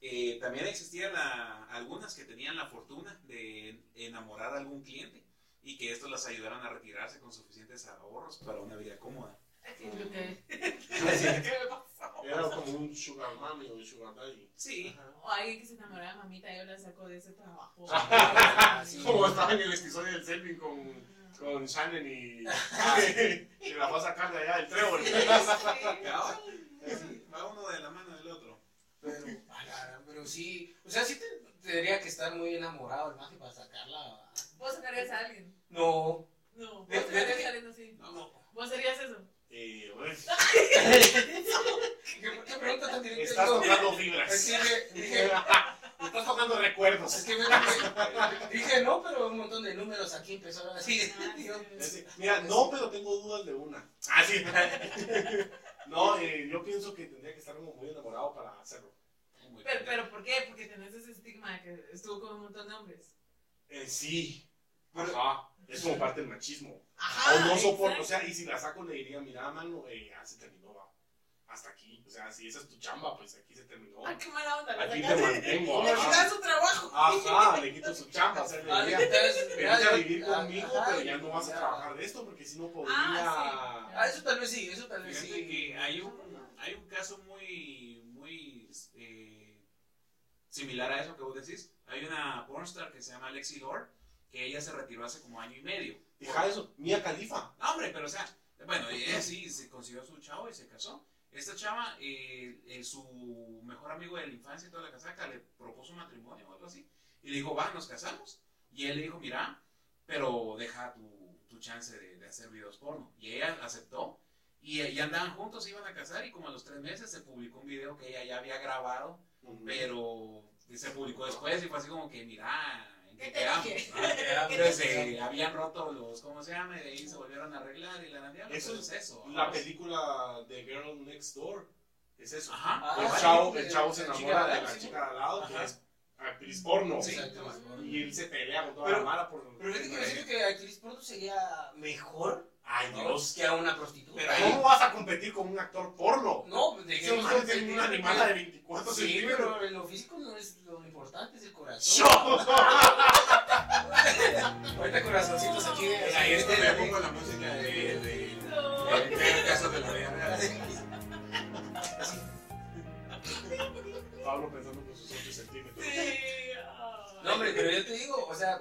Eh, también existían la- algunas que tenían la fortuna de enamorar a algún cliente y que estos las ayudaran a retirarse con suficientes ahorros para una vida cómoda. Sí, es lo que- Era como un sugar mami o un sugar daddy. Sí. O alguien que se enamora de mamita, yo la saco de ese trabajo. Ah, sí. Como estaba en el episodio del selfie con, con Shannon y. que la fue a sacar de allá del trébol. Pero, Sí, va uno de la mano del otro. Pero, a la gran- pero sí, o sea, sí te, tendría que estar muy enamorado el maje para sacarla. ¿verdad? ¿Vos sacarías a alguien? No, No, vos Eh, sacarías eh, a alguien así. no. ¿Vos harías eso? Eh, bueno, ¿Qué, qué pregunta tan directa? estás Yo- tocando Es fibras. que dije, Estás tocando recuerdos. es que me- dije, no, pero un montón de números aquí empezó a decir. Yo- Así, Mira, no, pero tengo dudas de una. Ah, sí. No, eh, yo pienso que tendría que estar como muy enamorado para hacerlo. Muy Pero, bien. pero ¿por qué? Porque tenés ese estigma de que estuvo con un montón de hombres. Eh, sí. Ajá. Es como parte del machismo. Ajá, o no soporto. exacto. O sea, y si la saco le diría, mira, mano, eh, ya se terminó, va. Hasta aquí. O sea, si esa es tu chamba, pues aquí se terminó. Ah, qué mala onda. la Aquí te sacaste. mantengo. Le Ajá. quitas su trabajo. Ah, Ajá, le quito su chamba. O sea, le Ah, diría, entonces, mira, vente a yo- vivir ah, conmigo, ajá, pero ya no vas a ya. trabajar de esto porque si no podría. Ah, sí. Ah, eso tal vez sí, eso tal vez Fíjate sí. que hay un, hay un caso muy, muy eh, similar a eso que vos decís. Hay una pornstar que se llama Lexi Lord, que ella se retiró hace como año y medio. Deja eso, Mía Califa. No, Ah, hombre, pero o sea, bueno, ella sí se consiguió su chavo y se casó. Esta chava, eh, eh, su mejor amigo de la infancia y toda la casaca, le propuso matrimonio o algo así. Y le dijo, va, nos casamos. Y él le dijo, mira, pero deja tu, tu chance de, de hacer videos porno. Y ella aceptó. Y, y andaban juntos, se iban a casar. Y como a los tres meses se publicó un video que ella ya había grabado, pero se publicó después. Y fue así como que, mira, ¿en ¿Qué qué te quedamos? dije? ¿Ah? Ya, Entonces ya. eh, habían roto los, ¿cómo se llama? Y de ahí se volvieron a arreglar y la grande Eso Eso es es eso. La pues- película de Girl Next Door. Es eso. Ajá. Pues, Ah, el, igual. chavo, sí, el chavo se la chica enamora de de la la sí. chica de al lado, que Ajá. es actriz porno. Sí. Exacto. Y él se pelea con toda Pero- la mala por. Pero fíjate que yo siento que actriz porno sería mejor Ay, ¿no? Dios. que a una prostituta. Pero ¿cómo vas a competir con un actor porno? No, de Ese mujer tiene una animala de 24 Sí, centímetros. pero en lo físico no es lo importante, es el corazón. ¡Yo! Ahorita corazoncitos aquí de Ahí este le pongo la música de. de, de, No. de caso de la vida real. Pablo pensando con sus 8 centímetros. Eh. Sí, ah. No, hombre, pero yo te digo, o sea,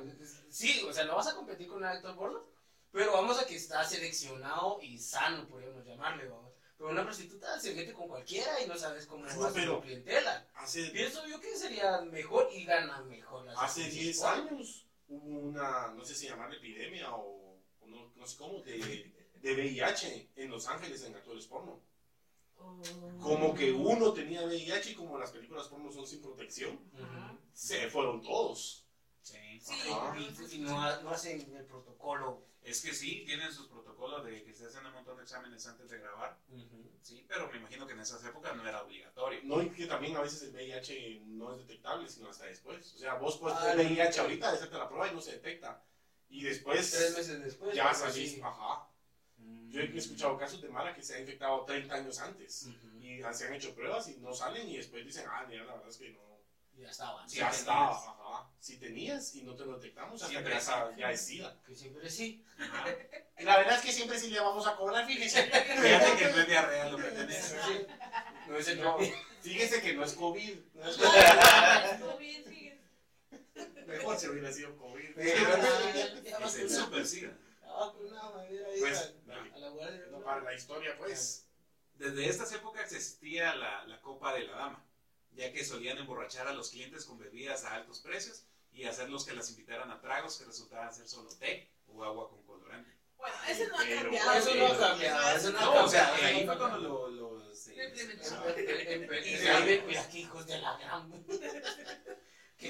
sí, o sea, no vas a competir con un actor porno, pero vamos a que está seleccionado y sano, podríamos llamarle, vamos. Pero una prostituta se mete con cualquiera y no sabes cómo No, va a Ah, pero- su clientela. Hace, Pienso yo que sería mejor y ganan mejor las hace actrices 10 porno. años hubo una, no sé si llamarle epidemia o o no, no sé cómo, de, de VIH en Los Ángeles en actores porno. Oh. Como que uno tenía VIH y como las películas porno son sin protección, Ujú. se fueron todos. Sí. Sí, Ajá. Y, y no, ha- no hacen el protocolo. Es que sí, tienen sus protocolos de que se hacen un montón de exámenes antes de grabar. Sí, pero me imagino que en esas épocas no era obligatorio. No, y que también a veces el VIH no es detectable, sino hasta después. O sea, vos puedes Ah, tener VIH ahorita, hacerte la prueba y no se detecta. Y Tres después meses después. pues, ya pero salís. sí. Ajá. Yo he escuchado casos de Mara que se ha infectado 30 años antes. Ujú. Y se han hecho pruebas y no salen y después dicen, ah, mira, la verdad es que no. Ya estaba. Sí, ya tenías. estaba, ajá. Si tenías y no te lo detectamos, hasta que Siempre ya, sí. sa- ya es SIDA. Que siempre sí. Ajá. La verdad es que siempre sí le vamos a cobrar, fíjese. Fíjate que no es diarrea lo que tenés. Sí. No es el No, nombre. fíjese que no es COVID. No es Estuvo bien, sigue. Mejor se hubiera sido COVID. Es el super SIDA. Pues, a la guardia. no, para la historia, pues. Desde estas épocas existía la, la copa de la dama, ya que solían emborrachar a los clientes con bebidas a altos precios y hacerlos que las invitaran a tragos que resultaban ser solo té o agua con colorante. Bueno, eso no ha Pero, cambiado. Eso no ha cambiado. Eso no ha No, cambiado. o sea, ahí fue cuando lo... lo- se- Lo implementaron. se- Y de ahí ven, mira, qué pues, hijos de la gran. Qué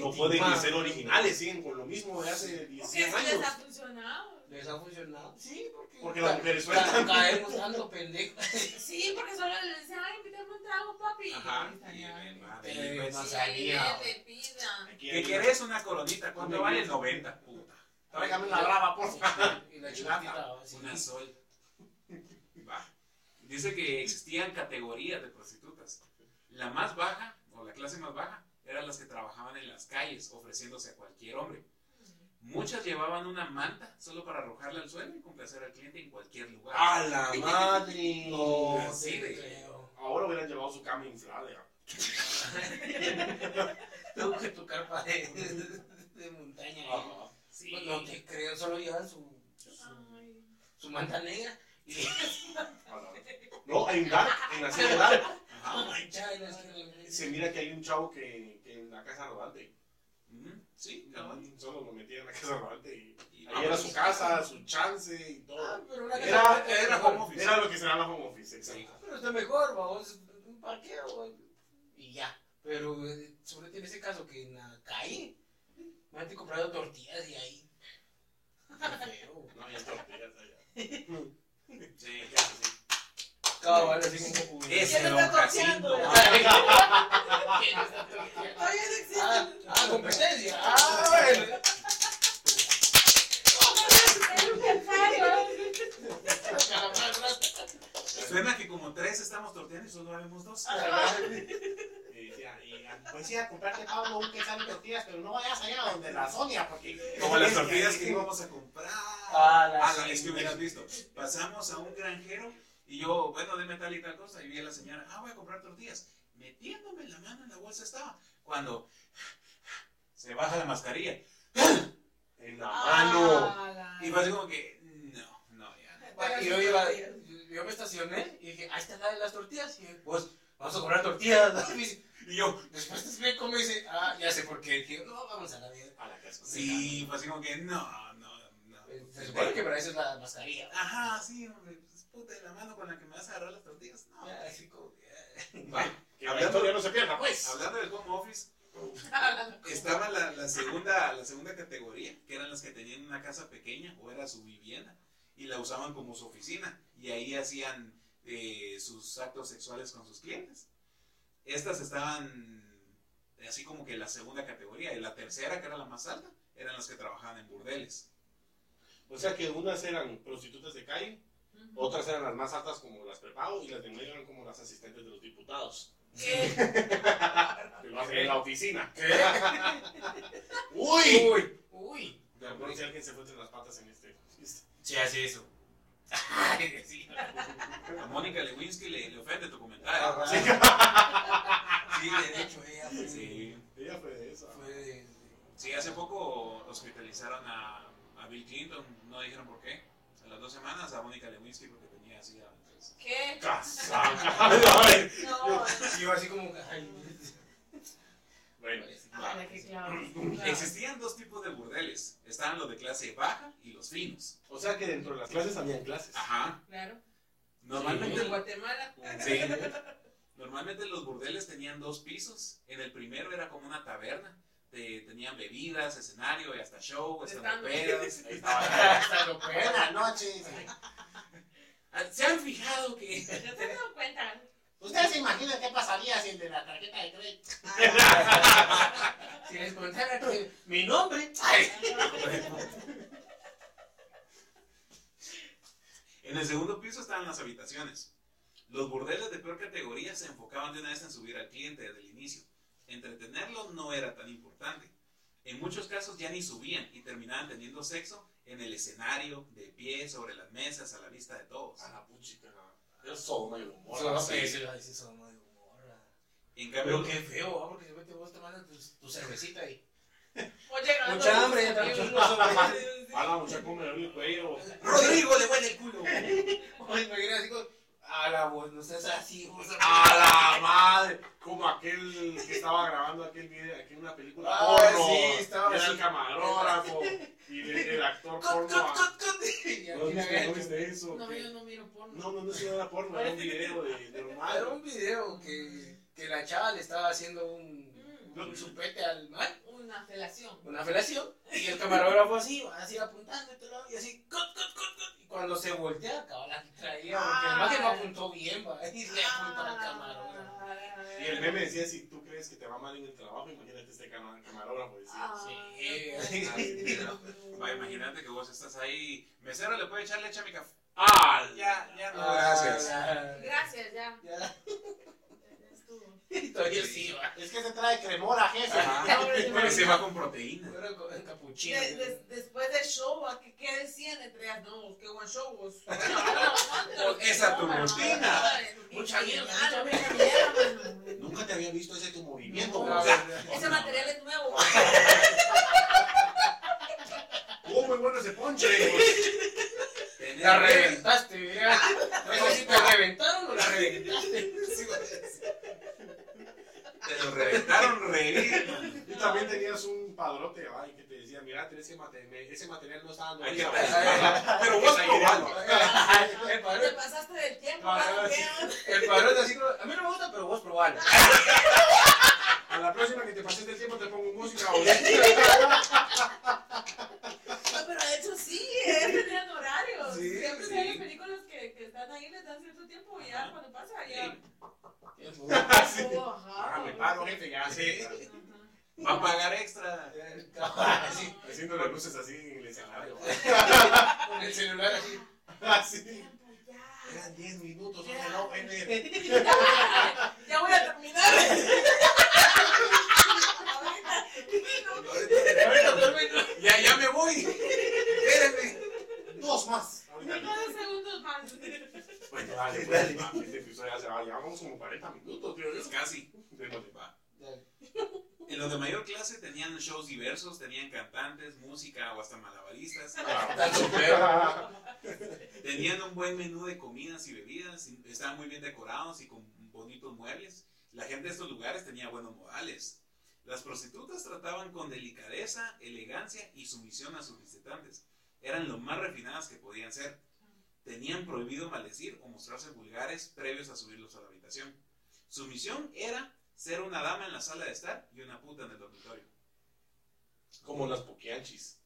No pueden ni tipa. ser originales, siguen con lo mismo de hace Porque 16 eso les ha años. funcionado. ¿Les ha funcionado? Sí, porque. Porque las mujeres Ca- sueltan. Caemos tanto pendejos. Sí, porque solo le dicen, ay, invítame un trago, papi. Ajá. Y y, ya. eh, madre, Eh, pues, más Sí, ahí salía. de pida. Aquí ¿Qué hay- querés? Una coronita. ¿Cuánto Una vale? uh. iglesia. 90, puta. Tráigame la brava, Ah, por favor. Y la chiquitita. así. Una sol. Va. Dice que existían categorías de prostitutas. La más baja, o la clase más baja, eran las que trabajaban en las calles ofreciéndose a cualquier hombre. Muchas llevaban una manta solo para arrojarla al suelo y complacer al cliente en cualquier lugar. ¡A la madre! No, Sí, sí, de- creo. Ahora hubieran llevado su cama inflada. Tengo que tocar paredes de montaña. Ajá. Sí. No te creo, solo llevan su, su su manta negra. Y ah, No, en Dark, en la serie Dark, ah, mancha, y no sé qué. se mira que hay un chavo que, que en la casa rodante. Ujú, Sí, cabrón. Mm, Solo lo metía en la casa rodante y Y ahí era su casa, su chance y Ah, todo. pero una casa Era, grande era está home mejor. office. Era lo que se llama home office, exacto. Pero está mejor, vamos, un parqueo, güey, y ya. Pero eh, sobre todo en ese caso que en la calle me han comprado tortillas y ahí. Qué feo. No, ya está, ya está, ya. Sí. Cabal, así como. Ese ¿Quién don está Jacinto. torteando? ¿Quién está torteando? Todavía no existe. Ah, ah, competencia. Ah, bueno. Suena que como tres estamos torteando y solo haremos dos. Ah, Y decía, y, pues sí, a comprarte Pablo un quesal de tortillas, pero no vayas allá donde la Sonia, porque. Como las tortillas que íbamos a comprar. Ah, la Ah, la sí. es que hubieras visto. Pasamos a un granjero y yo, bueno, deme tal y tal cosa. Y vi a la señora, ah, voy a comprar tortillas. Metiéndome la mano en la bolsa estaba. Cuando se baja la mascarilla. Ah, En la Ah, mano. Y fue así como que, no, no, ya. no. Y yo iba, yo me estacioné y dije, ahí está la de las tortillas. Y dije, pues, vamos a comprar tortillas. Y me dice- Y yo, después te explico, me dice, ah, ya sé por qué. Y dije, no, vamos a la vida. A la casa. Sí, fue así como que, no, no, no. Se supone que para eso es la mascarilla. Ajá, sí, hombre, pues, puta, la mano con la que me vas a agarrar las tortillas. No, Ya, así como que, ah. Va. Que la historia no se pierda, pues. Hablando del home office, estaba la, la segunda, la segunda categoría, que eran las que tenían una casa pequeña o era su vivienda y la usaban como su oficina y ahí hacían eh, sus actos sexuales con sus clientes. Estas estaban así como que la segunda categoría y la tercera, que era la más alta, eran las que trabajaban en burdeles. O sea que unas eran prostitutas de calle, otras eran las más altas como las prepago y las de medio eran como las asistentes de los diputados. En la oficina. ¡Uy! Uy, uy. Perdón si alguien se fue entre las patas en este. Sí, hace eso. Sí. A Mónica Lewinsky le, le ofende tu Ah, comentario. Sí, Sí, de hecho, ella fue, sí. Ella fue de esa. fue de- Sí, hace poco hospitalizaron a, a Bill Clinton, no dijeron por qué. A las dos semanas a Mónica Lewinsky porque tenía así a entonces, ¿Qué? Casa. No. Y yo pues así como que, ay, bueno, Para que clavos. Existían dos tipos de burdeles. Estaban los de clase baja y los finos. o sea que dentro de las clases habían clases. Ajá. Claro. Normalmente, En Guatemala. sí. Normalmente los burdeles tenían dos pisos. En el primero era como una taberna. Te- tenían bebidas, escenario y hasta show, Stand-up. estandoperas. Ahí estaba. hasta lo peor. Buenas noches. ¿Se han fijado que No se dan cuenta. ¿Ustedes se imaginan qué pasaría si el de la tarjeta de crédito? Si les contara que mi nombre. ay, En el segundo piso estaban las habitaciones. Los burdeles de peor categoría se enfocaban de una vez en subir al cliente desde el inicio. Entretenerlo no era tan importante. En muchos casos ya ni subían y terminaban teniendo sexo en el escenario, de pie, sobre las mesas, a la vista de todos. A Ah, la puchica. Yo soy muy humor. Eso no Sí. sé, eso- eso es una de humor. En Pero cambio, qué feo, ¿ah? porque se mete vos tomando tu, tu cervecita ahí. Oye, no, Mucha no, hambre, ya no, te no, mucho no. A Ah, la muchacha me duele el cuello. Rodrigo le huele el culo. Oye, imagínate así como, a la voz, no seas así, vos. Ah, A la madre. Como aquel que estaba grabando aquel video, aquí una película Ah, porno. sí, estaba y era así. el camarógrafo. Y el, el actor Cut, porno. cut, cut, cut. Y ¿No aquí la viste, no gacho. viste eso? No, ¿Qué? yo no miro porno. No, no, no es una porno, era un video de, de Ah, Era normal. un video que, que la chava le estaba haciendo un, Mm, un chupete al man. Una felación. una felación y el camarógrafo así, así apuntando y todo, y así, cut, cut, cut, cut. Y cuando se voltea, cabrón, la que traía, porque el Ah. maje no apuntó bien, va, y le apunta al camarógrafo. Y el meme decía, si tú crees que te va mal en el trabajo, imagínate este cama- camarógrafo. Decía. Ah, Sí. Va, imagínate que vos estás ahí. Mesero, ¿le puede echar leche a mi café? ¡Ah! Ya, ya no, Ah, gracias. ya. Gracias, ya. Ya. Ya estuvo. Y todavía sí, va. Es que se trae cremora, jefe. Ajá. Se va con proteína. Pero con el capuchino. De- de- después del show, ¿a qué, qué decían entre ellas? No, qué buen show vos. No, no, no, Esa tu no, no, rutina. no, no, Mucha no, mierda, no, mucha no, mierda, mano. Nunca te había visto ese tu movimiento. pues. No, bro. ya. Ese material es nuevo. ¡Oh, muy bueno ese ponche! Tenés La reventaste, mira. No sé si te reventaron o la reventaste. Te lo reventaron reír. Y también tenías un padrote, ay, que te decía, mira, tenés que mantener- ese material no está dando Hay que risa". pensar. Pero vos Esa idea. probalo. El Te padrón, pasaste del tiempo, Ah, Paco, sí. ¿qué? el padrón así como, a mí no me gusta, pero vos probalo. A la próxima que te pases del tiempo te pongo música o No, pero de hecho sí, ellos tenían horarios. Sí, Siempre sí. hay las películas que, que están ahí, les dan cierto tiempo y ya cuando pasa, ya. Oh, ajá. Ah, me paro, jefe, ya sí. Ajá. Va a pagar extra. Así, Haciendo las luces así en el escenario. con el celular así. Así. Tiempo, Eran 10 minutos, Ya. no, pende. ya. ya voy a terminar. Ahorita. No, Ahorita duerme, ¿no? Ya, ya me voy. Espérenme. Dos más. Me Ahorita. quedan segundos más. Bueno, dale, pues, va, este episodio ya se va. Llevamos como 40 minutos, tío. Es casi. Démosle, va. Dale. En los de mayor clase tenían shows diversos, tenían cantantes, música o hasta malabaristas. Ah, Tan supero. Tenían un buen menú de comidas y bebidas, y estaban muy bien decorados y con bonitos muebles. La gente de estos lugares tenía buenos modales. Las prostitutas trataban con delicadeza, elegancia y sumisión a sus visitantes. Eran lo más refinadas que podían ser. Tenían prohibido maldecir o mostrarse vulgares previos a subirlos a la habitación. Su misión era ser una dama en la sala de estar y una puta en el dormitorio. Como las poquianchis.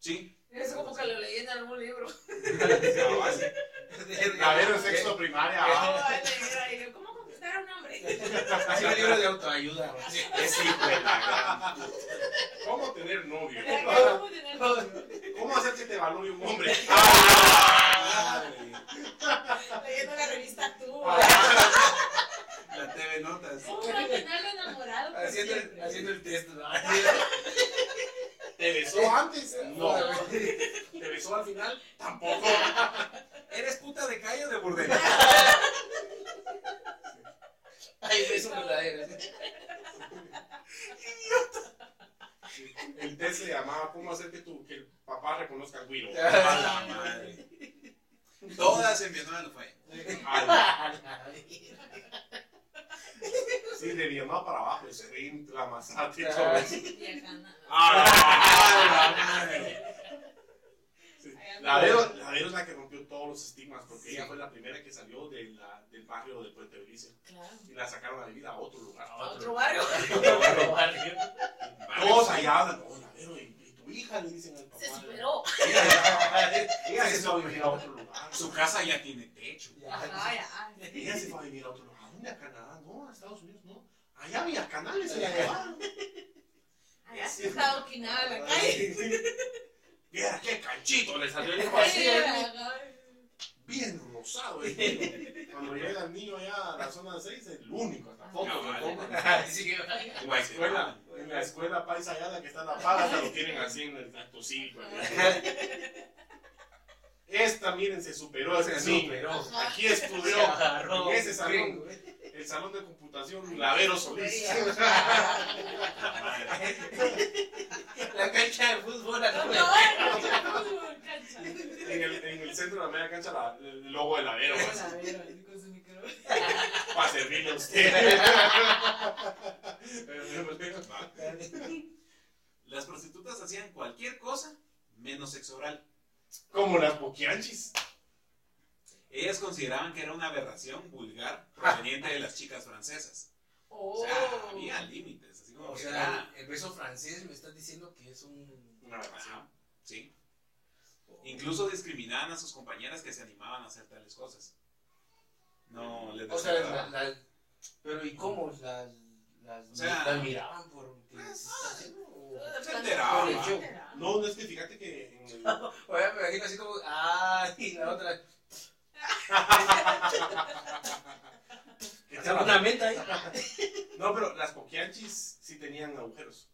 Sí. Eso como que lo leí en algún libro. A ver, el sexo primaria. Ah. No, va. vale, era ahí, ¿Cómo conquistar a un hombre? Así un libro de autoayuda. ¿no? Es hijo de la gran puta. ¿Cómo tener novio? ¿Cómo tener ¿Cómo hacer que te valore un hombre? Leyendo la revista tú. La TV Notas. Un canal enamorado. por Haciendo el, siempre. haciendo el test. ¿no? ¿Te besó antes? eh, No. No. ¿Te besó al final? Tampoco. ¿Eres puta de calle o de burdel? Ay, beso con la E, era. El test se llamaba ¿Cómo hacer que, tu, que el papá reconozca al güiro? A la madre. Todas en Vietnam lo fue. Al- Sí, de Vietnam para abajo. Es intramasate. Y acá nada. La Vero, la Vero es la que rompió todos los estigmas porque ella fue la primera que salió de la- del barrio de Puente Belice Claro. y la sacaron a vivir a otro lugar. A otro barrio. Todos allá hablan, "Oh, la Vero, ¿y, y tu hija? Le dicen al papá. Se superó. Ella, ella se fue a vivir a otro lugar. Su casa ya tiene techo. Ay, ay. Ella se fue a vivir a otro lugar. ¿A dónde? ¿A Canadá? No, a Estados Unidos, no. Allá había canales, se la acabaron. Ay, así está Okinawa la calle. Mira qué canchito le salió el hijo Ay, ay, así, ¿eh? ay. bien rosado. el niño. Cuando llega el niño allá a la zona 6, el único. Tampoco Cabal. escuela, en la escuela paisa allá, la que está en la pala, hasta lo tienen así en el acto cívico. Esta, miren, se superó a ese Se niño. superó. Aquí estudió. agarró. En ese salón, el salón de computación, Lavero Solís. La cancha de fútbol. No, la- no, no, cancha. En el, en el centro de la media cancha, la- el logo de Lavero, pues, A ver, así con su micro. para servirle a usted. Las prostitutas hacían cualquier cosa menos sexo oral. Como las boquianchis. Ellas consideraban que era una aberración vulgar proveniente de las chicas francesas. O Oh. sea, había límites. Así como O que sea, era- el beso francés me estás diciendo que es un. Una relación. Ajá, sí. Incluso discriminaban a sus compañeras que se animaban a hacer tales cosas. No, les O sea, la- desagradaba. la- pero ¿y cómo? Las, las, O sea, las miraban por. Oye, Se enteraba. No, no es que fíjate que en el, me imagino así como. ¡Ah! Y la otra. Está una menta ahí. No, pero las poquianchis sí tenían agujeros.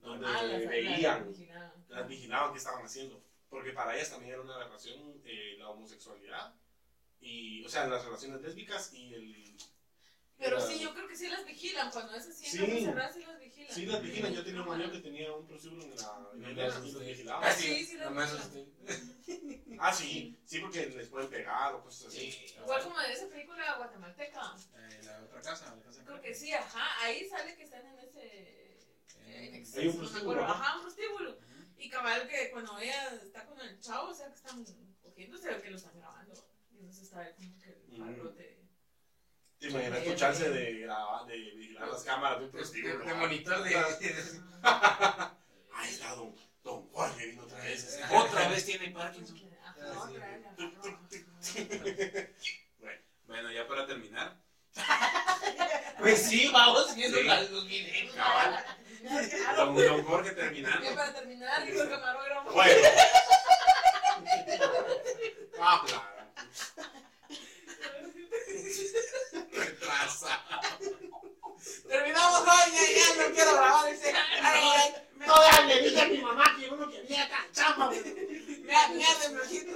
Donde Ah, la- la- la veían, original. las vigilaban qué estaban haciendo. Porque para ellas también era una relación eh, la homosexualidad. Y, o sea, las relaciones lésbicas y el, Pero sí, yo creo que sí las vigilan. Cuando es así, en Sí. sí. cerradas sí las vigilan. Sí, las vigilan. Yo tenía un mayor que tenía un prostíbulo en la. No en me la- asusté. vigilaba. Ah, sí, sí, no las me vigilan. asusté. Ah, sí. Sí, porque les pueden pegar o cosas así. Sí. Igual como en esa película guatemalteca. Eh, la otra casa, la casa. Creo que sí, ajá. Ahí sale que están en ese. en Hay un exceso, no me prostíbulo, acuerdo. ¿no? Ajá, un prostíbulo. Y cabal que cuando ella está con el chavo, o sea, que están cogiéndose, o que lo están grabando. Y entonces está ahí como que el Mm. parote. ¿Te imaginas tu chance de, grabar- de vigilar las cámaras de un De, prostíbulo? Pues, de monitor de. Ahí está don, don Jorge, vino otra vez. Otra vez tiene Parkinson. Ajá, otra vez la agarró, ajá. Bueno, ya para terminar. Pues sí, vamos viendo Sí. las- los videos. Cabal. Don, don Jorge Ya terminando. para terminar, dijo el camarógrafo. Bueno. Ah, claro. Retrasa. Terminamos hoy, ya, ya no quiero grabar ese. Ay, ay, No, dale, dije a mi mamá que yo no quería esta chamba. Me ha- me hace brujito.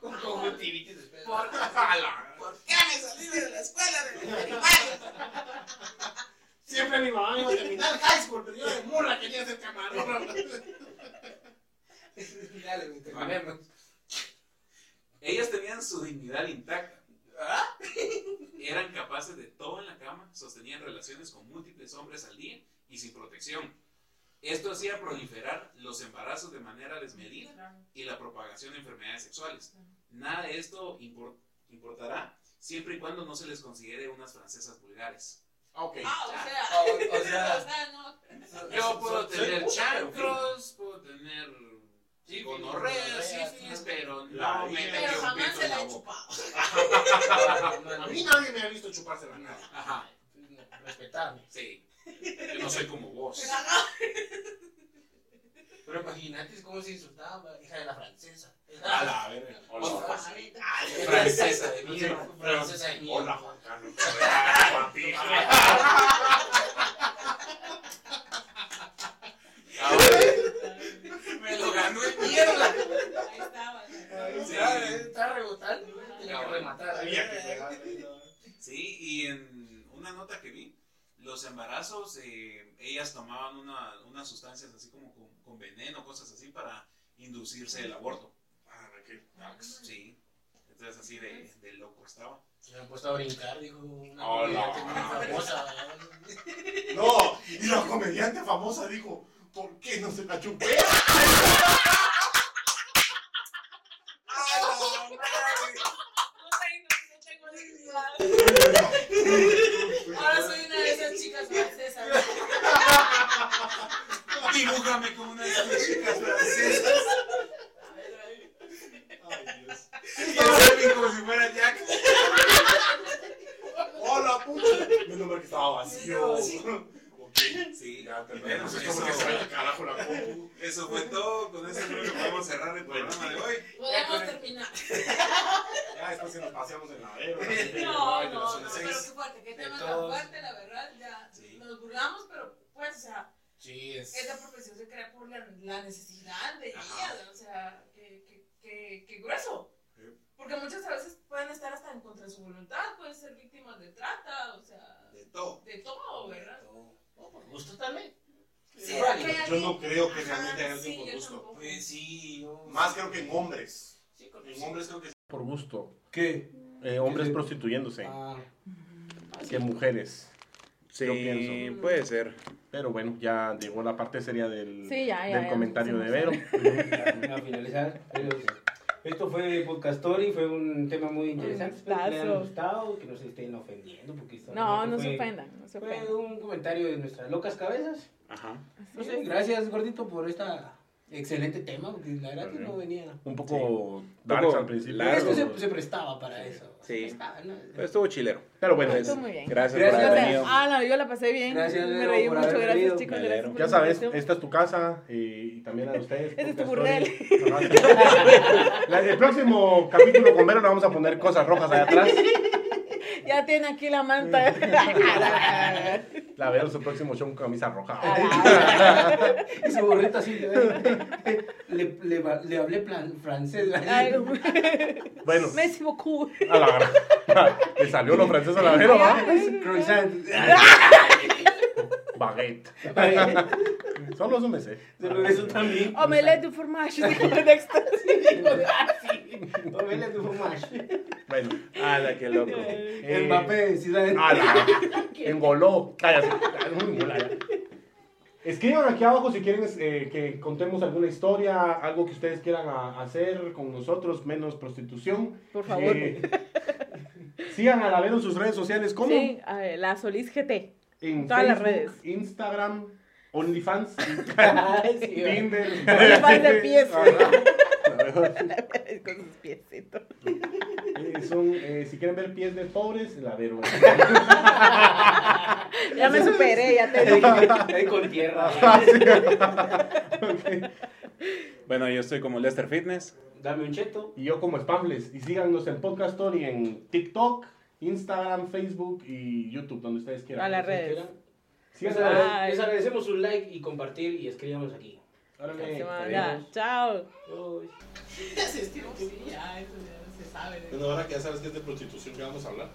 Con conjuntivitis después. Por- ¿Por qué me salí de la escuela de los animales? Siempre mi mamá me iba a terminar high school, pero yo de mula quería ser camarón. Dale, mi terminemos. Ellas tenían su dignidad intacta. ¿Ah? Eran capaces de todo en la cama, sostenían relaciones con múltiples hombres al día y sin protección. Esto hacía proliferar los embarazos de manera desmedida y la propagación de enfermedades sexuales. Nada de esto impor- importará siempre y cuando no se les considere unas francesas vulgares. Ok. Ah, o sea. O- o sea- O sea, no. Yo puedo soy- soy tener puta, chancros, puedo tener Sí, gonorrea, gonorrea, sífilis, ajá. pero La no me vida. metió Pero un jamás pito se en la la he boca. chupado. A mí nadie me ha visto chuparse la nada. Ajá, Respetarme. sí. Yo no soy como vos. Pero imagínate cómo se insultaba, hija de la francesa. A eh, la verga. Hola. Francesa de mierda. Francesa de mierda. Hola, Juan Carlos. Hola, guapísimo. Me lo ganó el mierda. Ahí estaba. Sí. Está, está rebotando, güey, tenía que Cabrón. rematar. Había que pegar. Sí, y en una nota que vi, los embarazos, eh, ellas tomaban una, unas sustancias así como con, con veneno, cosas así, para inducirse el aborto. Ah, qué tax. Sí. Entonces así de, de loco estaba. Se me han puesto a brincar, dijo. una Hola. comediante muy famosa. No, y la comediante famosa dijo, ¿por qué no se la chupé? No tengo, no tengo dignidad. Ahora soy una de esas chicas francesas. Dibújame como una de esas chicas francesas. Ay, Dios. Y el como si fuera Jack. Hola, pucha. Menos mal que estaba vacío. Ok. Sí, Ya terminamos Bueno, esto eso, porque se vaya al carajo la compu. eso fue todo. Con eso creo que podemos cerrar el programa de hoy. Podemos terminar. Ya después se nos paseamos en la vera. No, Ay, de no, las no, once pero seis. qué fuerte, qué De tema tan todos. fuerte, la verdad, ya Sí. nos burlamos, pero pues, o sea, Sí, es. esta profesión se crea por la, la necesidad de Ajá. ellas, o sea, qué, qué, qué, qué grueso. Sí. Porque muchas veces pueden estar hasta en contra de su voluntad, pueden ser víctimas de trata, o sea, De todo. de todo, ¿verdad? No, por gusto también. Sí, Órale. porque Yo no alguien- creo que Ajá, realmente hagan sí, eso por yo gusto. tampoco. Pues sí, yo- Más creo que en hombres. Sí, con En hombres creo que Por gusto. ¿Qué? Eh, hombres Sí. prostituyéndose. Ah, Que mujeres. Sí, Yo pienso. puede ser. Pero bueno, ya llegó la parte seria del, Sí, ya, ya, del ya, comentario de Vero. empecemos. Para finalizar, pero, esto fue Podcast Story, fue un tema muy interesante. Espero que les haya Gustazo. gustado, que no se estén ofendiendo. Porque esto No, realmente no fue- se ofendan, no se Fue ofendan. un comentario de nuestras locas cabezas. Ajá. No sé, gracias gordito por esta excelente tema, porque la verdad que Ajá. no venía. Un poco dark Poco al principio. largo. Esto pero- se, se prestaba para eso. Sí. Se prestaba, ¿no? Pero estuvo chilero. Pues, Pero bueno, Estuvo muy bien. Gracias, Gracias. por Gracias. haber venido. Ah, no, yo la pasé bien. Gracias, Me Leo, reí por mucho, haber gracias, venido. chicos. Me gracias alegro. por ya la sabes, invitación. esta es tu casa y, y también la de ustedes. Este es tu Podcast burdel. Story. Ajá. La- el próximo capítulo con Vero le vamos a poner cosas rojas allá atrás. Ya tiene aquí la manta. La veo en su próximo show con camisa roja. Ah, Y su gorrito así. ¿eh? Le, le, va- le hablé plan, francés. Ay, Bueno, Messi Boku. a la verdad. Le salió lo francés a la vera, ¿va? Croissant. Baguette. Ay, Solo eso me sé. Solo eso también. Omelette du fromage. dijo Dexter. "Ah, Omelette du fromage. Bueno, ¡Hala, qué loco! Eh. Mbappé, Zidane. a la. Engoló. Cállate. Uy, mola, ya. Escriban aquí abajo si quieren eh, que contemos alguna historia, algo que ustedes quieran a- hacer con nosotros, menos prostitución. Por favor. Eh, sigan a la Vero en sus redes sociales. ¿Cómo? Sí, a ver, la Solís GT. En Todas las Facebook, redes. Instagram, OnlyFans, Ay, sí, va. Tinder. OnlyFans de pies. Ajá. Con sus piecitos. Eh, son, eh, si quieren ver pies de pobres, la Vero. Ya me superé, ya te dije. Ahí con tierra. Bueno, yo estoy como Lester Fitness. Dame un cheto. Y yo como Spamfles. Y síganos en Podcast Story en TikTok, Instagram, Facebook y YouTube, donde ustedes quieran. A las redes. Les Síganos a las redes. agrade- les agradecemos su like y compartir y escribamos aquí. Órale. Se manda. Chao. Adiós. Se estiró, sí, ya, eso ya se sabe. de- Bueno, ahora que ya sabes que es de prostitución que vamos a hablar,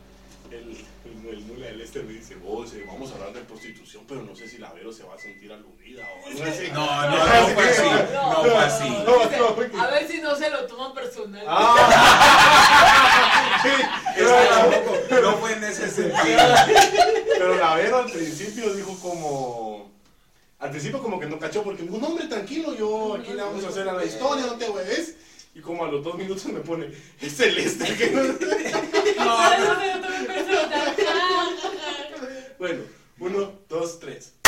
el, el, el mula del este me dice, vos, eh, vamos a hablar de prostitución, pero no sé si la Vero se va a sentir aludida o algo así. No, no, no fue así. No fue así. Dice, A ver si no se lo toman personal. Ah. Es que tampoco, no fue en ese sentido. Pero la Vero al principio dijo como... Al principio como que no cachó porque me dijo, no hombre, tranquilo, yo aquí le vamos a hacer a la historia, no te hueves. Y como a los dos minutos me pone, es celeste que no... No se lo toman personal. Bueno, uno, dos, tres.